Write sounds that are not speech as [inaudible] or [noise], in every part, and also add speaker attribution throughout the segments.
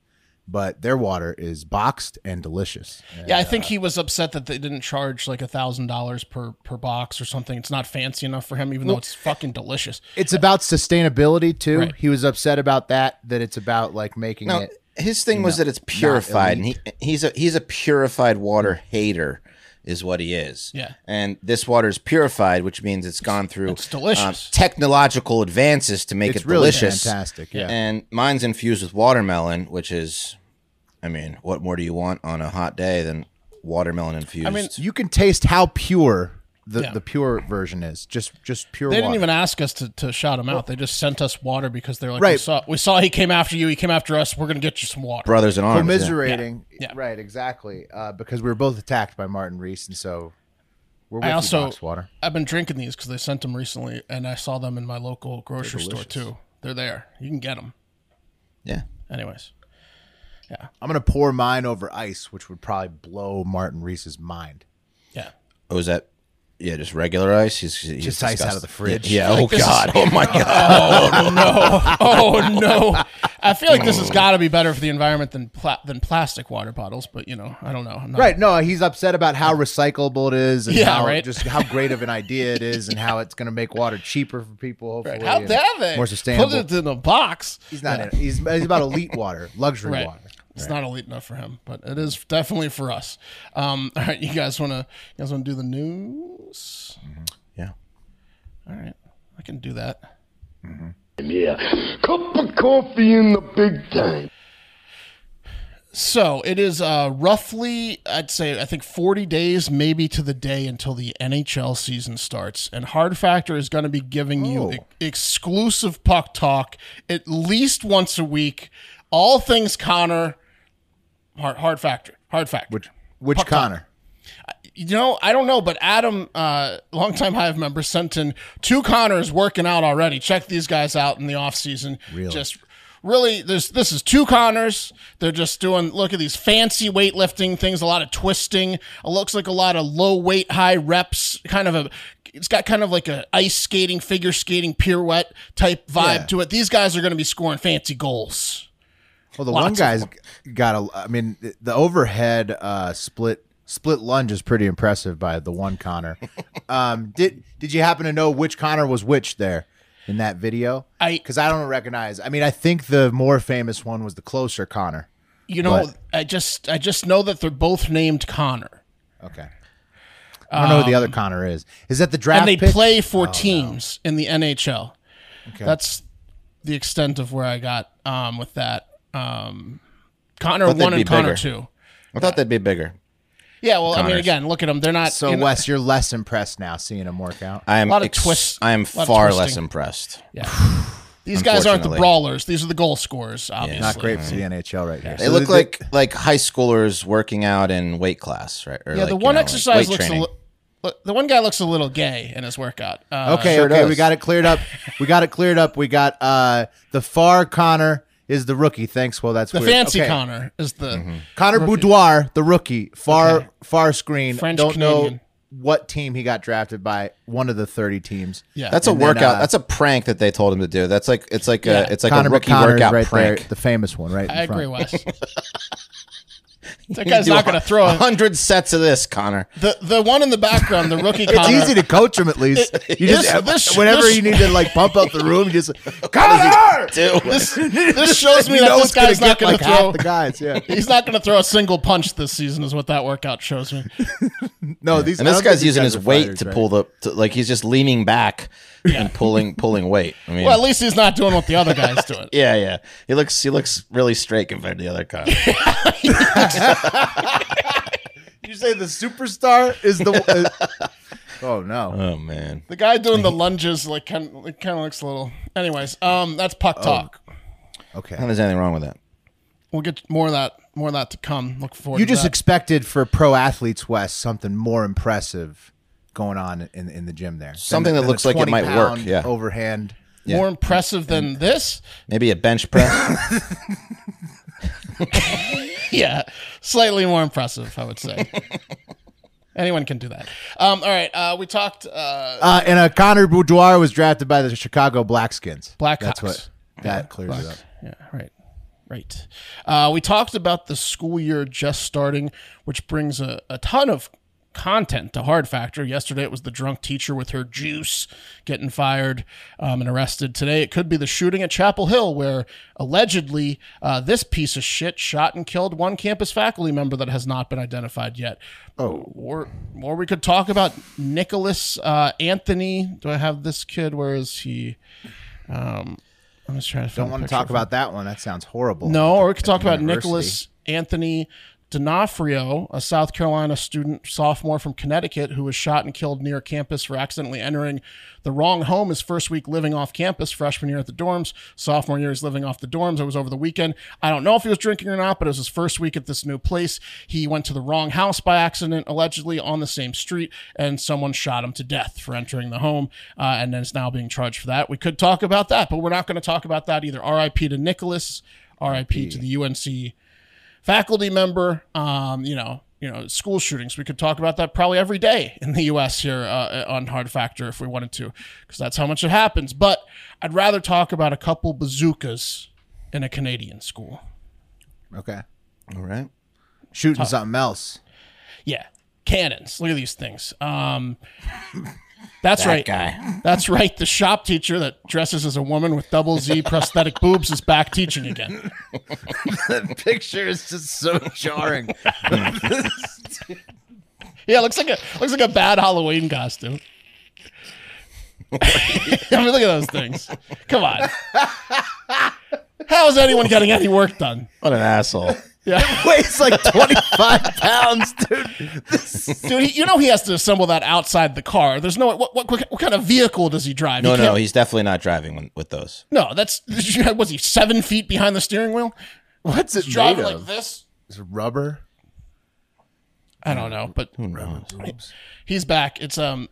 Speaker 1: But their water is boxed and delicious.
Speaker 2: Yeah, I think he was upset that they didn't charge like a thousand dollars per per box or something. It's not fancy enough for him, even though it's fucking delicious.
Speaker 1: It's about sustainability too.
Speaker 2: Right.
Speaker 1: He was upset about that. That it's about like making
Speaker 3: No,
Speaker 1: it.
Speaker 3: his thing was that it's purified, and he he's a he's a purified water hater, is what he is.
Speaker 2: Yeah.
Speaker 3: and this water is purified, which means it's gone through um,
Speaker 2: It's delicious.
Speaker 3: technological advances to make
Speaker 1: It's
Speaker 3: it
Speaker 1: really
Speaker 3: delicious.
Speaker 1: fantastic, yeah.
Speaker 3: and mine's infused with watermelon, which is I mean, what more do you want on a hot day than watermelon infused?
Speaker 1: You can taste how pure the,
Speaker 2: Yeah.
Speaker 1: the pure version is. Just just pure
Speaker 2: They
Speaker 1: water.
Speaker 2: didn't even ask us to, to shout him out. They just sent us water because they're like, we
Speaker 1: Right.
Speaker 2: saw, we saw he came after you. He came after us. We're going to get you some water.
Speaker 3: brothers in arms. yeah.
Speaker 1: commiserating.
Speaker 2: Yeah. Yeah.
Speaker 1: Right, exactly. Uh, because we were both attacked by Martin Reese, and so we're with
Speaker 2: I
Speaker 1: you,
Speaker 2: also-
Speaker 1: box water.
Speaker 2: I've been drinking these because they sent them recently, and I saw them in my local grocery store too. They're there. You can get them.
Speaker 3: yeah.
Speaker 2: Anyways,
Speaker 1: I'm gonna pour mine over ice, which would probably blow Martin Reese's mind.
Speaker 2: yeah.
Speaker 3: Oh, is that? Yeah, just regular ice. He's, he's
Speaker 1: Just ice out of
Speaker 3: disgusting.
Speaker 1: the fridge.
Speaker 3: Yeah.
Speaker 2: Like,
Speaker 3: oh
Speaker 2: this is-
Speaker 3: God. oh
Speaker 2: [laughs]
Speaker 3: my God.
Speaker 2: Oh no! I feel like this
Speaker 3: Mm.
Speaker 2: has got to be better for the environment than pla- than plastic water bottles, but you know, I don't know. I'm not,
Speaker 1: Right. No, he's upset about how recyclable it is and
Speaker 2: Yeah,
Speaker 1: how
Speaker 2: right.
Speaker 1: just how great of an idea it is and how it's going to make water cheaper for people. Hopefully,
Speaker 2: How
Speaker 1: and
Speaker 2: dare they
Speaker 1: More sustainable.
Speaker 2: Put it in a box.
Speaker 1: he's not. in it. He's, he's about elite water, luxury
Speaker 2: Right.
Speaker 1: water.
Speaker 2: It's not elite enough for him, but it is definitely for us. Um, [laughs] all right, you guys want to you guys want to do the news?
Speaker 3: yeah.
Speaker 2: All right, I can do that.
Speaker 4: Yeah. Cup of coffee in the big time.
Speaker 2: So it is uh, roughly, I'd say, I think 40 days, maybe to the day until the NHL season starts. And Hard Factor is going to be giving you e- exclusive puck talk at least once a week. All things Connor, Hard, hard Factor, Hard Factor.
Speaker 1: Which which Connor?
Speaker 2: you know, I don't know, but Adam, uh, longtime Hive member, sent in two Connors working out already. Check these guys out in the offseason. Really? Just really, there's, this is two Connors. They're just doing, look at these fancy weightlifting things, a lot of twisting. It looks like a lot of low weight, high reps, kind of a, it's got kind of like a ice skating, figure skating, pirouette type vibe
Speaker 1: Yeah.
Speaker 2: to it. These guys are going to be scoring fancy goals.
Speaker 1: Well, the
Speaker 2: Lots
Speaker 1: one
Speaker 2: of
Speaker 1: guy's got a. I mean, the- the overhead uh, split split lunge is pretty impressive by the one
Speaker 2: [laughs]
Speaker 1: Connor. um, did did you happen to know which Connor was which there in that video?
Speaker 2: I-
Speaker 1: because I don't recognize. I mean, I think the more famous one was the closer Connor.
Speaker 2: You know,
Speaker 1: But-
Speaker 2: I just, I just know that they're both named Connor.
Speaker 1: Okay. I don't know who the other Connor is. Is that the draft?
Speaker 2: Um, and they
Speaker 1: pick?
Speaker 2: play
Speaker 3: Oh,
Speaker 2: for teams in the NHL. That's the extent of where I got um, with that. Um, Connor
Speaker 3: Thought they'd
Speaker 2: one
Speaker 3: be
Speaker 2: and Connor
Speaker 3: bigger.
Speaker 2: two.
Speaker 3: I thought that'd be bigger.
Speaker 2: Yeah, well, I mean,
Speaker 3: Connors.
Speaker 2: again, look at them. They're not
Speaker 1: So
Speaker 2: you know-
Speaker 1: Wes, you're less impressed now seeing him work out.
Speaker 3: I am.
Speaker 2: Lot of
Speaker 3: ex-
Speaker 2: twists-
Speaker 3: I am
Speaker 2: lot of
Speaker 3: far
Speaker 2: twisting.
Speaker 3: less impressed.
Speaker 2: These guys aren't the
Speaker 3: unfortunately.
Speaker 2: brawlers. These are the goal scorers. Obviously,
Speaker 1: Not great for the NHL right here.
Speaker 3: They look like like high schoolers working out in weight class, right? Or
Speaker 2: Yeah,
Speaker 3: like,
Speaker 2: the
Speaker 3: you
Speaker 2: one
Speaker 3: know, like
Speaker 2: exercise
Speaker 3: weight
Speaker 2: looks. A
Speaker 3: training.
Speaker 2: li- li- the one guy looks a little gay in his workout. Uh,
Speaker 1: Okay,
Speaker 3: sure
Speaker 1: okay, we
Speaker 3: does.
Speaker 1: got it cleared up. We got it cleared up. We got uh the far Connor is the rookie. Thanks. Well, that's
Speaker 2: the
Speaker 1: weird.
Speaker 2: fancy
Speaker 1: Okay.
Speaker 2: Connor is the.
Speaker 3: Mm-hmm.
Speaker 1: Connor Boudoir, the rookie, far far screen.
Speaker 2: French
Speaker 1: Don't know
Speaker 2: Canadian.
Speaker 1: what team he got drafted by. One of the thirty teams.
Speaker 2: Yeah,
Speaker 3: That's a
Speaker 1: then,
Speaker 3: workout.
Speaker 1: uh,
Speaker 3: that's a prank that they told him to do. That's like it's like
Speaker 2: Yeah.
Speaker 3: a it's like
Speaker 1: Connor
Speaker 3: a rookie
Speaker 1: McConnor is
Speaker 3: workout
Speaker 1: right
Speaker 3: prank.
Speaker 1: there, the famous one, right? in
Speaker 2: I agree,
Speaker 1: front.
Speaker 3: [laughs]
Speaker 2: Wes. that guy's not going to throw
Speaker 3: a
Speaker 2: it.
Speaker 3: hundred sets of this,
Speaker 1: [laughs]
Speaker 3: Connor.
Speaker 2: The the one in the background, the rookie.
Speaker 1: It's
Speaker 2: Connor,
Speaker 1: easy to coach him at [laughs] least. You
Speaker 2: This-
Speaker 1: just
Speaker 2: this-
Speaker 1: whenever
Speaker 2: this-
Speaker 1: you need to like pump up the room, you [laughs] just Connor.
Speaker 3: Do
Speaker 2: this,
Speaker 1: [laughs]
Speaker 2: this shows me
Speaker 1: You
Speaker 2: that
Speaker 1: know
Speaker 2: this
Speaker 1: it's gonna
Speaker 2: guy's
Speaker 1: get,
Speaker 2: not going
Speaker 1: like
Speaker 2: to
Speaker 1: half
Speaker 2: throw.
Speaker 1: the guys. Yeah.
Speaker 2: He's not going to throw a single punch this season, is what that workout
Speaker 1: [laughs]
Speaker 2: shows me.
Speaker 1: [laughs] No, these
Speaker 3: and
Speaker 1: I
Speaker 3: this
Speaker 1: don't think
Speaker 3: guy's
Speaker 1: these
Speaker 3: using
Speaker 1: guys
Speaker 3: his
Speaker 1: are
Speaker 3: weight
Speaker 1: fighters,
Speaker 3: to
Speaker 1: right?
Speaker 3: pull the to, like he's just leaning back
Speaker 2: [laughs]
Speaker 3: and pulling pulling weight. I mean,
Speaker 2: Well, at least he's not doing what the
Speaker 1: [laughs]
Speaker 2: other guy's doing.
Speaker 3: yeah, yeah. He looks he looks really straight compared to the other Connor.
Speaker 1: You say the superstar is [laughs] the. oh no!
Speaker 3: oh man,
Speaker 2: The guy doing the lunges like kind of, it kind of looks a little. Anyways, um, that's puck
Speaker 1: Oh.
Speaker 2: talk.
Speaker 3: How
Speaker 1: Okay.
Speaker 3: there's anything wrong with that?
Speaker 2: We'll get more of that, more of that to come. Look forward.
Speaker 1: You
Speaker 2: to
Speaker 1: just
Speaker 2: that.
Speaker 1: expected for pro athletes West something more impressive going on in in the gym there.
Speaker 3: Something that
Speaker 1: Than the
Speaker 3: looks like it might work,
Speaker 1: 20-pound
Speaker 3: yeah.
Speaker 1: Overhand.
Speaker 2: more impressive than this. [laughs]
Speaker 3: Maybe a
Speaker 1: [laughs]
Speaker 3: bench press.
Speaker 2: yeah, slightly more impressive, I would say.
Speaker 1: [laughs]
Speaker 2: Anyone can do that. Um, all right, uh, we talked. Uh,
Speaker 1: Uh, and uh, Connor Boudoir was drafted by the Chicago Blackskins.
Speaker 2: Blackhawks.
Speaker 1: That's what that clears it up.
Speaker 2: Yeah, right. Right. Uh, we talked about the school year just starting, which brings a, a ton of content to Hard Factor. Yesterday it was the drunk teacher with her juice getting fired um, and arrested. Today it could be the shooting at Chapel Hill, where allegedly uh, this piece of shit shot and killed one campus faculty member that has not been identified yet. Oh. Or, or we could talk about Nicholas uh, Anthony. Do I have this kid? Where is he? Um, I'm just trying to.
Speaker 1: Don't want to talk about that one. That sounds horrible.
Speaker 2: No, or we could talk about
Speaker 1: university.
Speaker 2: Nicholas Anthony D'Onofrio, a South Carolina student sophomore from Connecticut who was shot and killed near campus for accidentally entering the wrong home his first week living off campus, freshman year at the dorms, sophomore year is living off the dorms. It was over the weekend. I don't know if he was drinking or not, but it was his first week at this new place. He went to the wrong house by accident, allegedly on the same street, and someone shot him to death for entering the home, uh, and then is now being charged for that. We could talk about that, but we're not going to talk about that either. RIP to Nicholas, RIP to the UNC faculty member. Um, you know, you know, school shootings. We could talk about that probably every day in the U.S. here uh, on Hard Factor if we wanted to, because that's how much it happens. But I'd rather talk about a couple bazookas in a Canadian school.
Speaker 1: Okay.
Speaker 3: All right.
Speaker 1: Shooting something else.
Speaker 2: Yeah, cannons. Look at these things. Um, [laughs] that's right.
Speaker 3: Guy.
Speaker 2: That's right. The shop teacher that dresses as a woman with double Z prosthetic boobs is back teaching again.
Speaker 1: the picture is just so jarring. [laughs]
Speaker 2: Yeah, looks like a looks like a bad Halloween costume. [laughs] I mean, look at those things. Come on. How is anyone getting any work done?
Speaker 3: What an asshole.
Speaker 1: Weighs like 25 pounds, dude.
Speaker 2: Dude, he, you know he has to assemble that outside the car. There's no what what, what kind of vehicle does he drive?
Speaker 3: No,
Speaker 2: He
Speaker 3: no,
Speaker 2: can't-
Speaker 3: he's definitely not driving when- with those.
Speaker 2: no. That's [laughs] was he seven feet behind the steering wheel?
Speaker 1: What's it made
Speaker 2: Driving like
Speaker 1: of?
Speaker 2: this?
Speaker 1: Is it rubber?
Speaker 2: I don't know, but he's back. It's um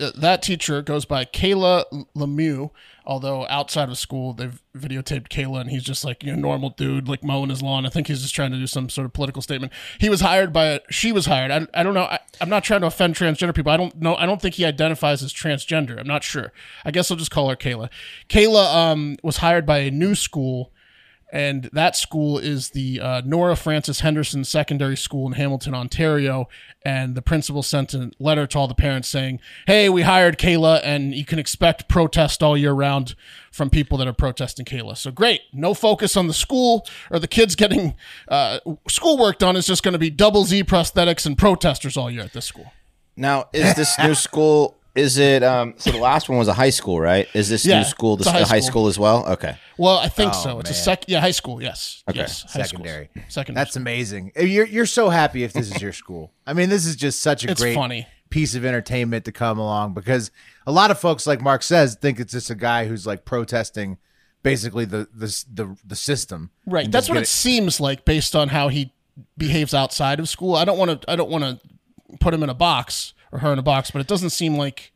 Speaker 2: uh, that teacher goes by Kayla L- Lemieux. Although outside of school, they've videotaped Kayla, and he's just like you know normal dude, like mowing his lawn. I think he's just trying to do some sort of political statement. He was hired by she was hired. I, I don't know. I, I'm not trying to offend transgender people. I don't know. I don't think he identifies as transgender. I'm not sure. I guess I'll just call her Kayla. Kayla um was hired by a new school and that school is the uh, Nora Francis Henderson Secondary School in Hamilton, Ontario. And the principal sent a letter to all the parents saying, "Hey, we hired Kayla, and you can expect protest all year round from people that are protesting Kayla." So great, no focus on the school or the kids getting uh, schoolwork done is just going to be double Z prosthetics and protesters all year at this school.
Speaker 3: Now, is this [laughs] new school? Is it? Um, so the last one was a high school, right? Is this
Speaker 2: Yeah,
Speaker 3: new school the
Speaker 2: it's a
Speaker 3: high,
Speaker 2: high
Speaker 3: high
Speaker 2: school.
Speaker 3: school as well? Okay.
Speaker 2: Well, I think so. It's a
Speaker 1: Oh, man.
Speaker 2: sec, yeah, high school. Yes, yes, high schools.
Speaker 1: Secondary.
Speaker 2: secondary.
Speaker 1: That's amazing. Uh, You're, you're so happy if this is
Speaker 2: [laughs]
Speaker 1: your school. I mean, this is just such a
Speaker 2: It's
Speaker 1: great
Speaker 2: funny.
Speaker 1: piece of entertainment to come along because a lot of folks, like Mark says, think it's just a guy who's like protesting basically the the the, the system.
Speaker 2: Right.
Speaker 1: and
Speaker 2: That's
Speaker 1: just
Speaker 2: what
Speaker 1: get
Speaker 2: it, seems like based on how he behaves outside of school. I don't want to I don't want to put him in a box or her in a box, but it doesn't seem like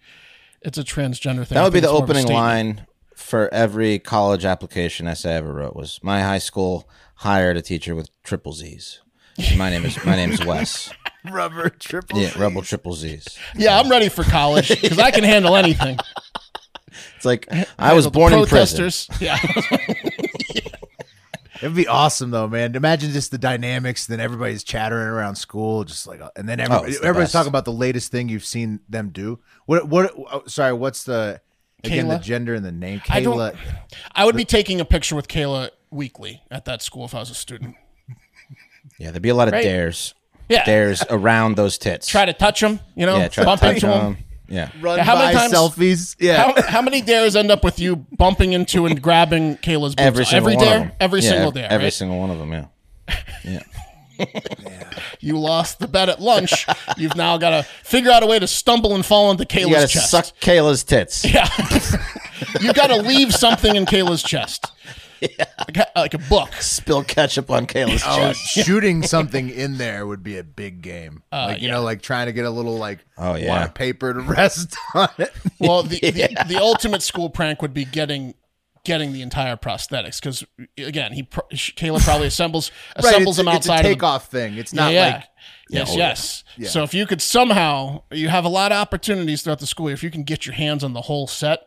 Speaker 2: it's a transgender thing. I
Speaker 3: That would be
Speaker 2: think
Speaker 3: the
Speaker 2: it's more of a
Speaker 3: opening
Speaker 2: statement.
Speaker 3: line for every college application essay I ever wrote. Was my high school hired a teacher with triple Z's? My name is my name
Speaker 2: [laughs]
Speaker 3: is Wes.
Speaker 1: rubber triple.
Speaker 3: Yeah, Rebel Triple Z's.
Speaker 2: Yeah, I'm ready for college because I can handle
Speaker 3: [laughs]
Speaker 2: anything. [laughs]
Speaker 3: It's like I was born in prison.
Speaker 2: Protesters. Yeah.
Speaker 1: It'd be awesome though, man. Imagine just the dynamics. Then everybody's chattering around school, just like, and then everybody,
Speaker 3: Oh, it's the
Speaker 1: everybody's
Speaker 3: best.
Speaker 1: talking about the latest thing you've seen them do. What? What? Oh, sorry, what's the again the
Speaker 2: Kayla?
Speaker 1: gender and the name? Kayla.
Speaker 2: I don't- I would be taking a picture with Kayla weekly at that school if I was a student.
Speaker 3: Yeah, there'd be a lot of
Speaker 2: Right.
Speaker 3: dares.
Speaker 2: Yeah.
Speaker 3: Dares around those tits.
Speaker 2: Try to touch them, you know,
Speaker 3: yeah, try
Speaker 2: bump
Speaker 3: to touch
Speaker 2: into them.
Speaker 3: 'em. Yeah.
Speaker 1: Run
Speaker 2: How
Speaker 1: by
Speaker 2: many times- [laughs]
Speaker 1: selfies. Yeah.
Speaker 2: How, how many dares end up with you bumping into and grabbing Kayla's boobs?
Speaker 3: Every single one
Speaker 2: dare?
Speaker 3: of them.
Speaker 2: Every
Speaker 3: Yeah,
Speaker 2: single
Speaker 3: ev-
Speaker 2: dare.
Speaker 3: Every
Speaker 2: right?
Speaker 3: single one of them. Yeah.
Speaker 2: you lost the bet at lunch. You've now got to figure out a way to stumble and fall into
Speaker 3: You gotta
Speaker 2: Kayla's chest. [laughs]
Speaker 3: suck
Speaker 1: [laughs]
Speaker 3: Kayla's tits. [laughs]
Speaker 2: Yeah, you got to leave something in Kayla's chest, like, a- like a book.
Speaker 3: Spill ketchup on Kayla's
Speaker 2: [laughs]
Speaker 1: Oh,
Speaker 3: chest.
Speaker 1: shooting something in there would be a big game.
Speaker 2: Uh,
Speaker 1: like you know, like trying to get a little like
Speaker 3: Oh, yeah.
Speaker 1: wad of paper to rest [laughs] on it.
Speaker 2: Well, the, the, the ultimate school prank would be getting getting the entire prosthetics because again, he pr- Kayla probably assembles
Speaker 1: Right,
Speaker 2: assembles
Speaker 1: it's,
Speaker 2: them
Speaker 1: it's a
Speaker 2: outside. of the-
Speaker 1: takeoff thing. It's not
Speaker 2: yeah, yeah.
Speaker 1: like
Speaker 2: yes,
Speaker 3: oh, yeah.
Speaker 2: yes. So if you could somehow, you have a lot of opportunities throughout the school. year. If you can get your hands on the whole set,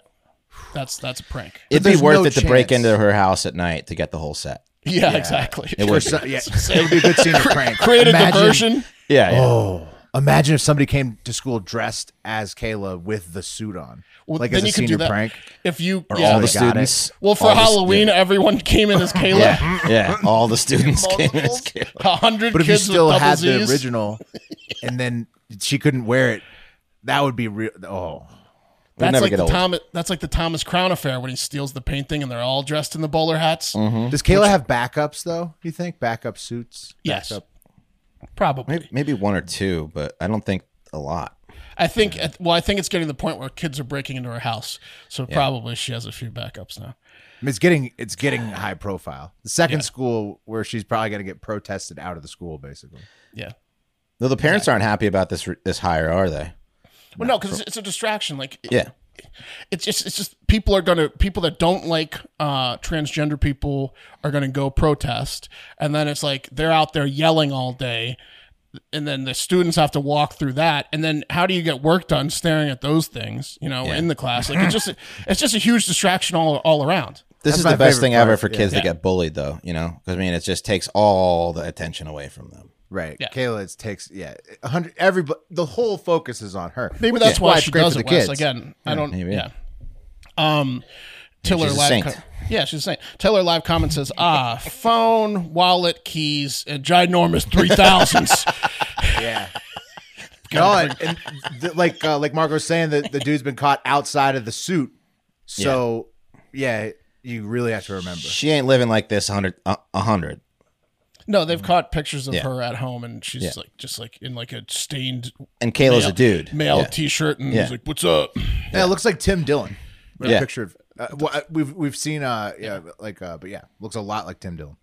Speaker 2: that's that's a prank. [laughs]
Speaker 3: It'd
Speaker 1: there's
Speaker 3: be worth
Speaker 1: no
Speaker 3: it to break
Speaker 1: chance.
Speaker 3: into her house at night to get the whole set.
Speaker 2: Yeah, exactly.
Speaker 3: It would.
Speaker 1: so- yeah, it would be a good
Speaker 2: [laughs]
Speaker 1: scene to prank.
Speaker 2: Create a
Speaker 1: Imagine-
Speaker 2: diversion.
Speaker 3: Yeah. yeah.
Speaker 1: Oh, imagine if somebody came to school dressed as Kayla with the suit on,
Speaker 2: Well,
Speaker 1: like
Speaker 2: then
Speaker 1: as a
Speaker 2: you can do
Speaker 1: senior
Speaker 2: that.
Speaker 1: prank.
Speaker 2: If you,
Speaker 3: Or
Speaker 2: yeah.
Speaker 3: all the
Speaker 1: Got it.
Speaker 3: students.
Speaker 2: well, for
Speaker 3: all the stu-
Speaker 2: Halloween, everyone came in as
Speaker 1: [laughs]
Speaker 2: Kayla.
Speaker 3: Yeah. yeah. All the students came in as Kayla.
Speaker 2: A hundred
Speaker 1: But if
Speaker 2: kids
Speaker 1: you still
Speaker 2: with double
Speaker 1: had
Speaker 2: Z's.
Speaker 1: the
Speaker 2: [laughs]
Speaker 1: original, and then she couldn't wear it, that would be real. Oh,
Speaker 2: That's
Speaker 3: never
Speaker 2: like
Speaker 3: get
Speaker 2: the
Speaker 3: old.
Speaker 2: Thomas. That's like the Thomas Crown affair when he steals the painting and they're all dressed in the bowler hats.
Speaker 1: Does Kayla have backups though? You think backup suits?
Speaker 2: Yes,
Speaker 1: Backup-
Speaker 2: probably.
Speaker 3: Maybe, maybe one or two, but I don't think a lot.
Speaker 2: I think. At, well, I think it's getting to the point where kids are breaking into her house, so probably she has a few backups now.
Speaker 1: I mean, it's getting it's getting high profile. The second school where she's probably going to get protested out of the school, basically.
Speaker 2: Yeah.
Speaker 3: Though the parents aren't happy about this this hire, are they?
Speaker 2: Well, no, because it's, it's a distraction. Like, it-
Speaker 3: Yeah.
Speaker 2: it's just it's just people are gonna people that don't like uh, transgender people are gonna go protest, and then it's like they're out there yelling all day, and then the students have to walk through that, and then how do you get work done staring at those things, you know, in the class? Like it's just it's just a huge distraction all all around.
Speaker 3: This is
Speaker 1: my
Speaker 3: the best
Speaker 1: favorite
Speaker 3: thing
Speaker 1: part,
Speaker 3: ever for kids that
Speaker 2: Yeah.
Speaker 3: get bullied, though. You know, 'Cause, I mean, it just takes all the attention away from them.
Speaker 1: Right.
Speaker 2: Yeah.
Speaker 1: Kayla it's takes yeah, a hundred everybody the whole focus is on her.
Speaker 2: Maybe that's why,
Speaker 1: it's
Speaker 2: she
Speaker 1: great
Speaker 2: does
Speaker 1: for
Speaker 2: it.
Speaker 1: the
Speaker 2: Wes.
Speaker 1: kids.
Speaker 2: Again, I don't.
Speaker 3: maybe.
Speaker 2: Yeah. Um, Tiller
Speaker 3: she's a
Speaker 2: live.
Speaker 3: saint.
Speaker 2: co- yeah, she's saying Tiller live comment says ah phone, wallet, keys, and ginormous three thousands.
Speaker 1: Yeah. [laughs] no, and, and th- like uh, like Marco's saying that the dude's been caught outside of the suit. So yeah, you really have to remember.
Speaker 3: She ain't living like this a hundred a a hundred.
Speaker 2: no, they've caught pictures of
Speaker 3: Mm-hmm. Yeah.
Speaker 2: her at home, and she's
Speaker 3: Yeah.
Speaker 2: like just like in like a stained
Speaker 3: And Kayla's
Speaker 2: male,
Speaker 3: a dude.
Speaker 2: male
Speaker 3: Yeah.
Speaker 2: T-shirt, and
Speaker 3: Yeah.
Speaker 2: he's like, "What's up?"
Speaker 1: Yeah, it looks like Tim Dillon. We have a
Speaker 3: Yeah.
Speaker 1: picture of uh, well, I- we've we've seen uh yeah, like uh but yeah, looks a lot like Tim Dillon.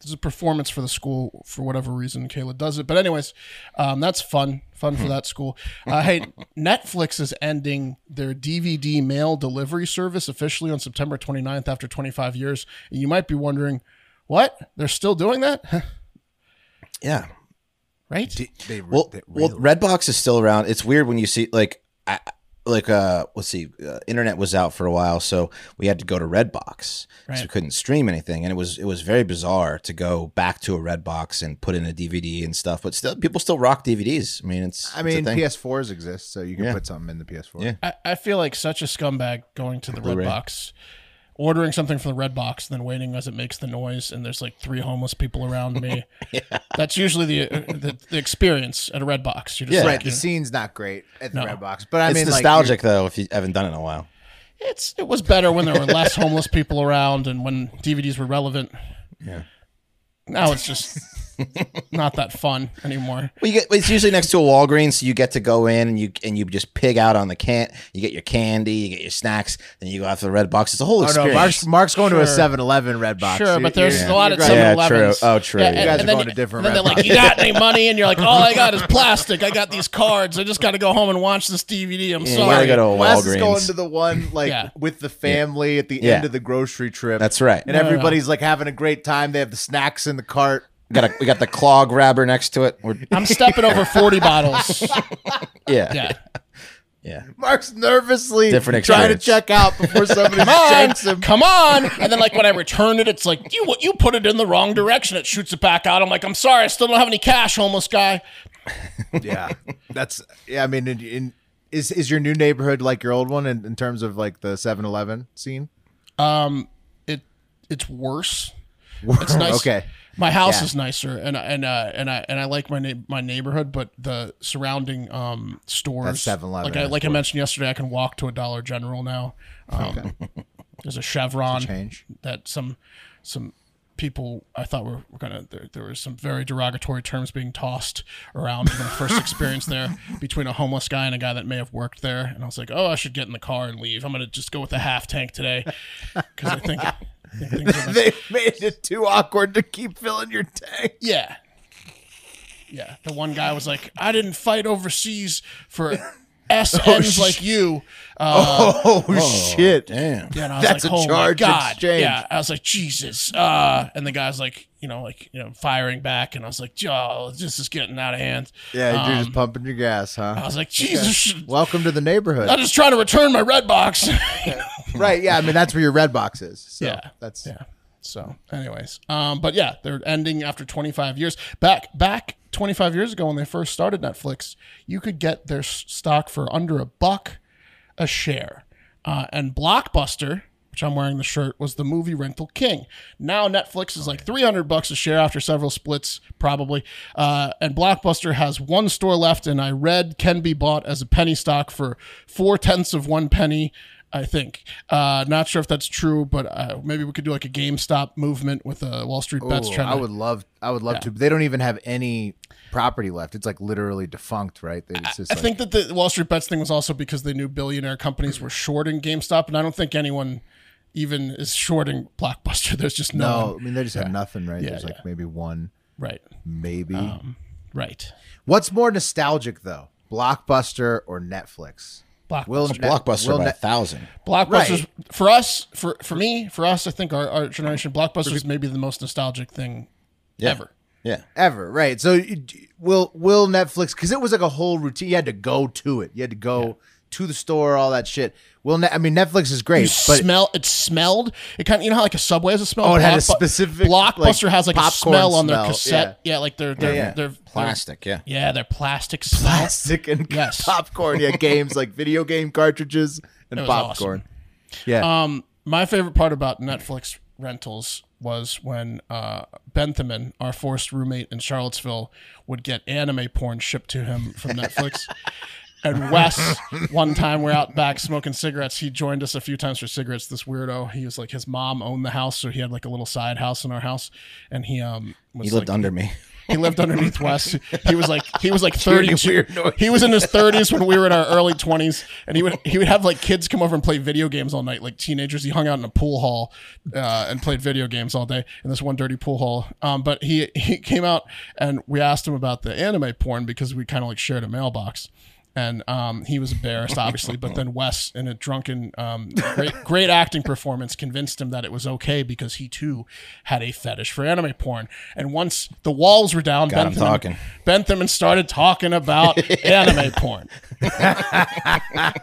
Speaker 2: This is a performance for the school for whatever reason Kayla does it. But anyways, um, that's fun, fun
Speaker 3: Hmm.
Speaker 2: for that school. Uh, hey, Netflix is ending their DVD mail delivery service officially on September 29th after 25 years. And you might be wondering, what? They're still doing that, [laughs]
Speaker 3: Yeah.
Speaker 2: right?
Speaker 1: They, re-
Speaker 3: Well,
Speaker 1: they
Speaker 3: well,
Speaker 1: really-
Speaker 3: Redbox is still around. It's weird when you see like I like uh let's see, uh, internet was out for a while, so we had to go to Redbox because we
Speaker 2: Right.
Speaker 3: couldn't stream anything, and it was it was very bizarre to go back to a Redbox and put in a DVD and stuff. But still, people still rock DVDs. I mean, it's
Speaker 1: I mean,
Speaker 3: it's a thing.
Speaker 1: PS4s exist, so you can
Speaker 3: Yeah.
Speaker 1: put something in the PS4.
Speaker 3: Yeah.
Speaker 2: I, I feel like such a scumbag going to the red box, ordering something from the red box, then waiting as it makes the noise, and there's like three homeless people around me. That's usually the, uh, the the experience at a red box. You're just
Speaker 3: Yeah.
Speaker 2: like,
Speaker 1: Right, the scene's not great at the
Speaker 2: No.
Speaker 1: Red Box, but I
Speaker 3: it's
Speaker 1: mean, like,
Speaker 3: nostalgic though if you haven't done it in a while.
Speaker 2: It's it was better when there were less homeless people around and when DVDs were relevant. Yeah. Now it's just not that fun anymore.
Speaker 3: Well, you get, it's usually next to a Walgreens, so you get to go in and you and you just pig out on the can. You get your candy, you get your snacks, then you go out to the red box. It's a whole
Speaker 1: Oh no,
Speaker 3: experience.
Speaker 1: Mark's, Mark's going to a
Speaker 2: Sure.
Speaker 1: 7-Eleven Red Box.
Speaker 2: Sure,
Speaker 1: You-
Speaker 2: but there's
Speaker 1: you're-
Speaker 2: a lot
Speaker 1: you're
Speaker 2: of
Speaker 1: right.
Speaker 2: 7
Speaker 3: Yeah,
Speaker 2: Elevens.
Speaker 3: true. Oh, true. You
Speaker 1: guys are going to different
Speaker 2: And then they're
Speaker 1: Red
Speaker 2: like, you got any money? And you're like, all I got
Speaker 3: [laughs]
Speaker 2: is plastic. I got these cards. I just got to go home and watch this DVD. I'm
Speaker 3: Yeah, you
Speaker 2: sorry.
Speaker 3: gotta go to a
Speaker 1: Wes is going
Speaker 3: Walgreens.
Speaker 1: to the
Speaker 3: [laughs]
Speaker 1: one like
Speaker 2: Yeah.
Speaker 1: with the family at the
Speaker 3: Yeah.
Speaker 1: end of the grocery trip.
Speaker 3: That's right.
Speaker 1: And everybody's like having a great time. They have the snacks in the cart.
Speaker 3: got a, we got the claw grabber next to it. We're,
Speaker 2: I'm stepping over
Speaker 3: [laughs]
Speaker 2: 40 bottles.
Speaker 3: yeah,
Speaker 2: Yeah.
Speaker 3: yeah.
Speaker 1: Mark's nervously
Speaker 3: Different
Speaker 1: trying to
Speaker 3: experience.
Speaker 1: check out before
Speaker 3: [laughs]
Speaker 1: somebody
Speaker 2: Mine,
Speaker 1: checks him.
Speaker 2: come on. And then, like, when I return it, it's like, you you put it in the wrong direction. It shoots it back out. I'm like, I'm sorry. I still don't have any cash, homeless guy.
Speaker 1: Yeah, that's yeah. I mean, in, in, is is your new neighborhood like your old one in, in terms of like the 7-Eleven scene?
Speaker 2: it it's worse. It's nice.
Speaker 1: Okay.
Speaker 2: My house
Speaker 1: Yeah.
Speaker 2: is nicer, and I- and uh, and I and I like my neigh- my neighborhood, but the surrounding um stores.
Speaker 1: That's 7-Eleven
Speaker 2: Like I
Speaker 1: is
Speaker 2: like I mentioned yesterday, I can walk to a Dollar General now. Um, There's a Chevron
Speaker 1: Change.
Speaker 2: that some some people I thought were, were gonna there, there were some very derogatory terms being tossed around in my first experience there between a homeless guy and a guy that may have worked there and I was like oh I should get in the car and leave I'm gonna just go with a half tank today because I think, I think
Speaker 1: [laughs]
Speaker 2: things are
Speaker 1: they made it too awkward to keep filling your tank.
Speaker 2: yeah yeah the one guy was like I didn't fight overseas for SNs like you
Speaker 1: [laughs] Oh shit!
Speaker 3: Damn.
Speaker 2: Yeah, and I was
Speaker 1: That's
Speaker 2: like,
Speaker 1: a
Speaker 2: oh
Speaker 1: charge
Speaker 2: my God.
Speaker 1: exchange.
Speaker 2: Yeah, I was like, Jesus. Uh, and the guy's like, you know, like, you know, firing back. And I was like, oh, this is getting out of hand.
Speaker 1: Yeah, you're
Speaker 2: Um, uh,
Speaker 1: just pumping your gas,
Speaker 2: I
Speaker 1: huh?
Speaker 2: was like, Jesus.
Speaker 1: Welcome to the neighborhood.
Speaker 2: I'm just trying to return my red box. [laughs]
Speaker 1: [laughs] right? Yeah, I mean that's where your red box is. So
Speaker 2: Yeah.
Speaker 1: that's
Speaker 2: yeah. So, anyways, um, but yeah, they're ending after 25 years. Back back 25 years ago when they first started Netflix, you could get their s- stock for under a buck a share, uh, and Blockbuster, which which I'm wearing the shirt, was the movie Rental King. Now Netflix is like 300 bucks a share after several splits, probably. Uh, and Blockbuster has one store left, and I read can be bought as a penny stock for four tenths of one penny. I think. Uh, not sure if that's true, but uh, maybe we could do like a GameStop movement with uh, Wall Street bets.
Speaker 1: Ooh,
Speaker 2: trying
Speaker 1: I
Speaker 2: to-
Speaker 1: would love, I would love to. But they don't even have any property left. It's like literally defunct, right? They- It's just
Speaker 2: I
Speaker 1: like,
Speaker 2: think that the Wall Street Bets thing was also because they knew billionaire companies were shorting GameStop, and I don't think anyone even is shorting Blockbuster. [laughs] There's just no,
Speaker 1: no,
Speaker 2: one.
Speaker 1: I mean they just had nothing, right? There's like
Speaker 2: yeah. Um,
Speaker 1: maybe one,
Speaker 2: right,
Speaker 1: maybe.
Speaker 2: right.
Speaker 1: What's more nostalgic though, Blockbuster or Netflix?
Speaker 2: Blockbuster.
Speaker 1: Will Net-
Speaker 3: Blockbuster
Speaker 1: will
Speaker 3: by a
Speaker 1: Net-
Speaker 3: thousand.
Speaker 2: Blockbusters
Speaker 1: Right.
Speaker 2: for us, for for me, for us, I think our, our generation Blockbusters is maybe the most nostalgic thing
Speaker 3: Yeah.
Speaker 2: ever.
Speaker 3: Yeah.
Speaker 1: ever, right? So you- will will Netflix because it was like a whole routine. You had to go to it. You had to go to the store, all that shit. Will Net- I mean Netflix is great,
Speaker 2: You
Speaker 1: but
Speaker 2: smell it smelled. It kind of you know how like a Subway has a smell.
Speaker 1: Oh, it had a
Speaker 2: Blockbu-
Speaker 1: specific, like,
Speaker 2: Blockbuster has like a
Speaker 1: popcorn
Speaker 2: smell on their
Speaker 1: smell.
Speaker 2: cassette. Yeah, like their their, their
Speaker 3: Plastic. Yeah.
Speaker 2: Their, yeah, their plastic smell.
Speaker 1: plastic and
Speaker 2: Yes.
Speaker 1: [laughs] popcorn. Yeah, games like video game cartridges and
Speaker 2: It was
Speaker 1: popcorn. Yeah,
Speaker 2: Um, my favorite part about Netflix rentals was when uh, Benthamin, our forced roommate in Charlottesville, would get anime porn shipped to him from Netflix. and Wes, one time we're out back smoking cigarettes, he joined us a few times for cigarettes. This weirdo, he was like his mom owned the house, so he had like a little side house in our house, and he um was
Speaker 3: He lived
Speaker 2: like,
Speaker 3: under me. [laughs]
Speaker 2: he lived underneath Wes. He was like he was like thirty two.
Speaker 1: weird noise.
Speaker 2: He was in his thirties when we were in our early twenties, and he would he would have like kids come over and play video games all night, like teenagers. He hung out in a pool hall uh, and played video games all day in this one dirty pool hall. Um, but he he came out and we asked him about the anime porn because we kind of like shared a mailbox. And um, he was embarrassed, obviously, but then Wes, in a drunken, um, great, great acting performance, convinced him that it was okay because he too had a fetish for anime porn. And once the walls were down,
Speaker 3: Got him
Speaker 2: Bentham
Speaker 3: talking.
Speaker 2: Bentham and started talking
Speaker 3: [laughs]
Speaker 2: about anime porn.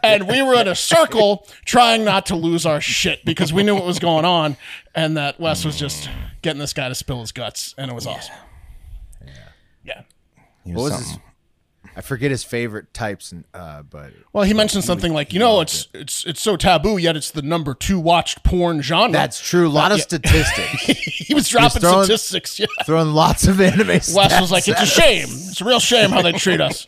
Speaker 2: and we were in a circle trying not to lose our shit because we knew what was going on and that Wes was just getting this guy to spill his guts and it was awesome. Yeah.
Speaker 3: He
Speaker 1: what was his?
Speaker 3: something.
Speaker 1: I forget his favorite types, and uh, but
Speaker 2: Well, he mentioned something like, you know, it's it's it's so taboo, yet it's the number two watched porn genre.
Speaker 1: that's true. A lot of statistics,
Speaker 2: [laughs] he was dropping
Speaker 1: throwing-
Speaker 3: [laughs]
Speaker 2: statistics. Yeah.
Speaker 1: throwing lots of anime.
Speaker 2: Wes was
Speaker 1: stats
Speaker 2: like, it's a
Speaker 1: at
Speaker 2: shame.
Speaker 1: us."
Speaker 2: It's a real shame how they treat
Speaker 3: [laughs]
Speaker 2: us.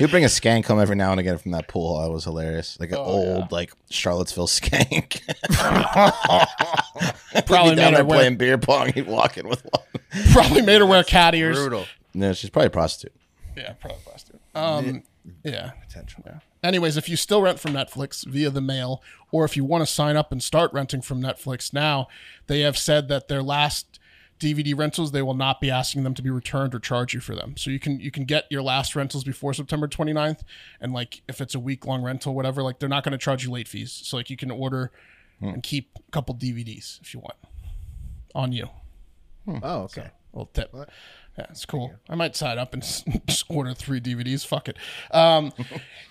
Speaker 3: He'd bring a skank home every now and again from that pool. That was hilarious. Like an old, like Charlottesville [laughs] skank.
Speaker 2: Probably
Speaker 3: down
Speaker 2: made her
Speaker 3: there
Speaker 2: wear
Speaker 3: playing beer pong. He'd walk in with one.
Speaker 2: [laughs] probably made her wear cat ears.
Speaker 1: Brutal.
Speaker 3: No, she's probably a prostitute.
Speaker 2: Yeah, probably plastic. Um, yeah, potential. Yeah. Anyways, if you still rent from Netflix via the mail, or if you want to sign up and start renting from Netflix now, they have said that their last DVD rentals they will not be asking them to be returned or charge you for them. So you can you can get your last rentals before September 29th and like if it's a week long rental whatever like they're not going to charge you late fees. So like you can order and keep a couple DVDs if you want on you.
Speaker 1: Oh, okay.
Speaker 2: Little tip. Yeah, it's cool. I might sign up and [laughs] s- just order three DVDs. Fuck it. Um,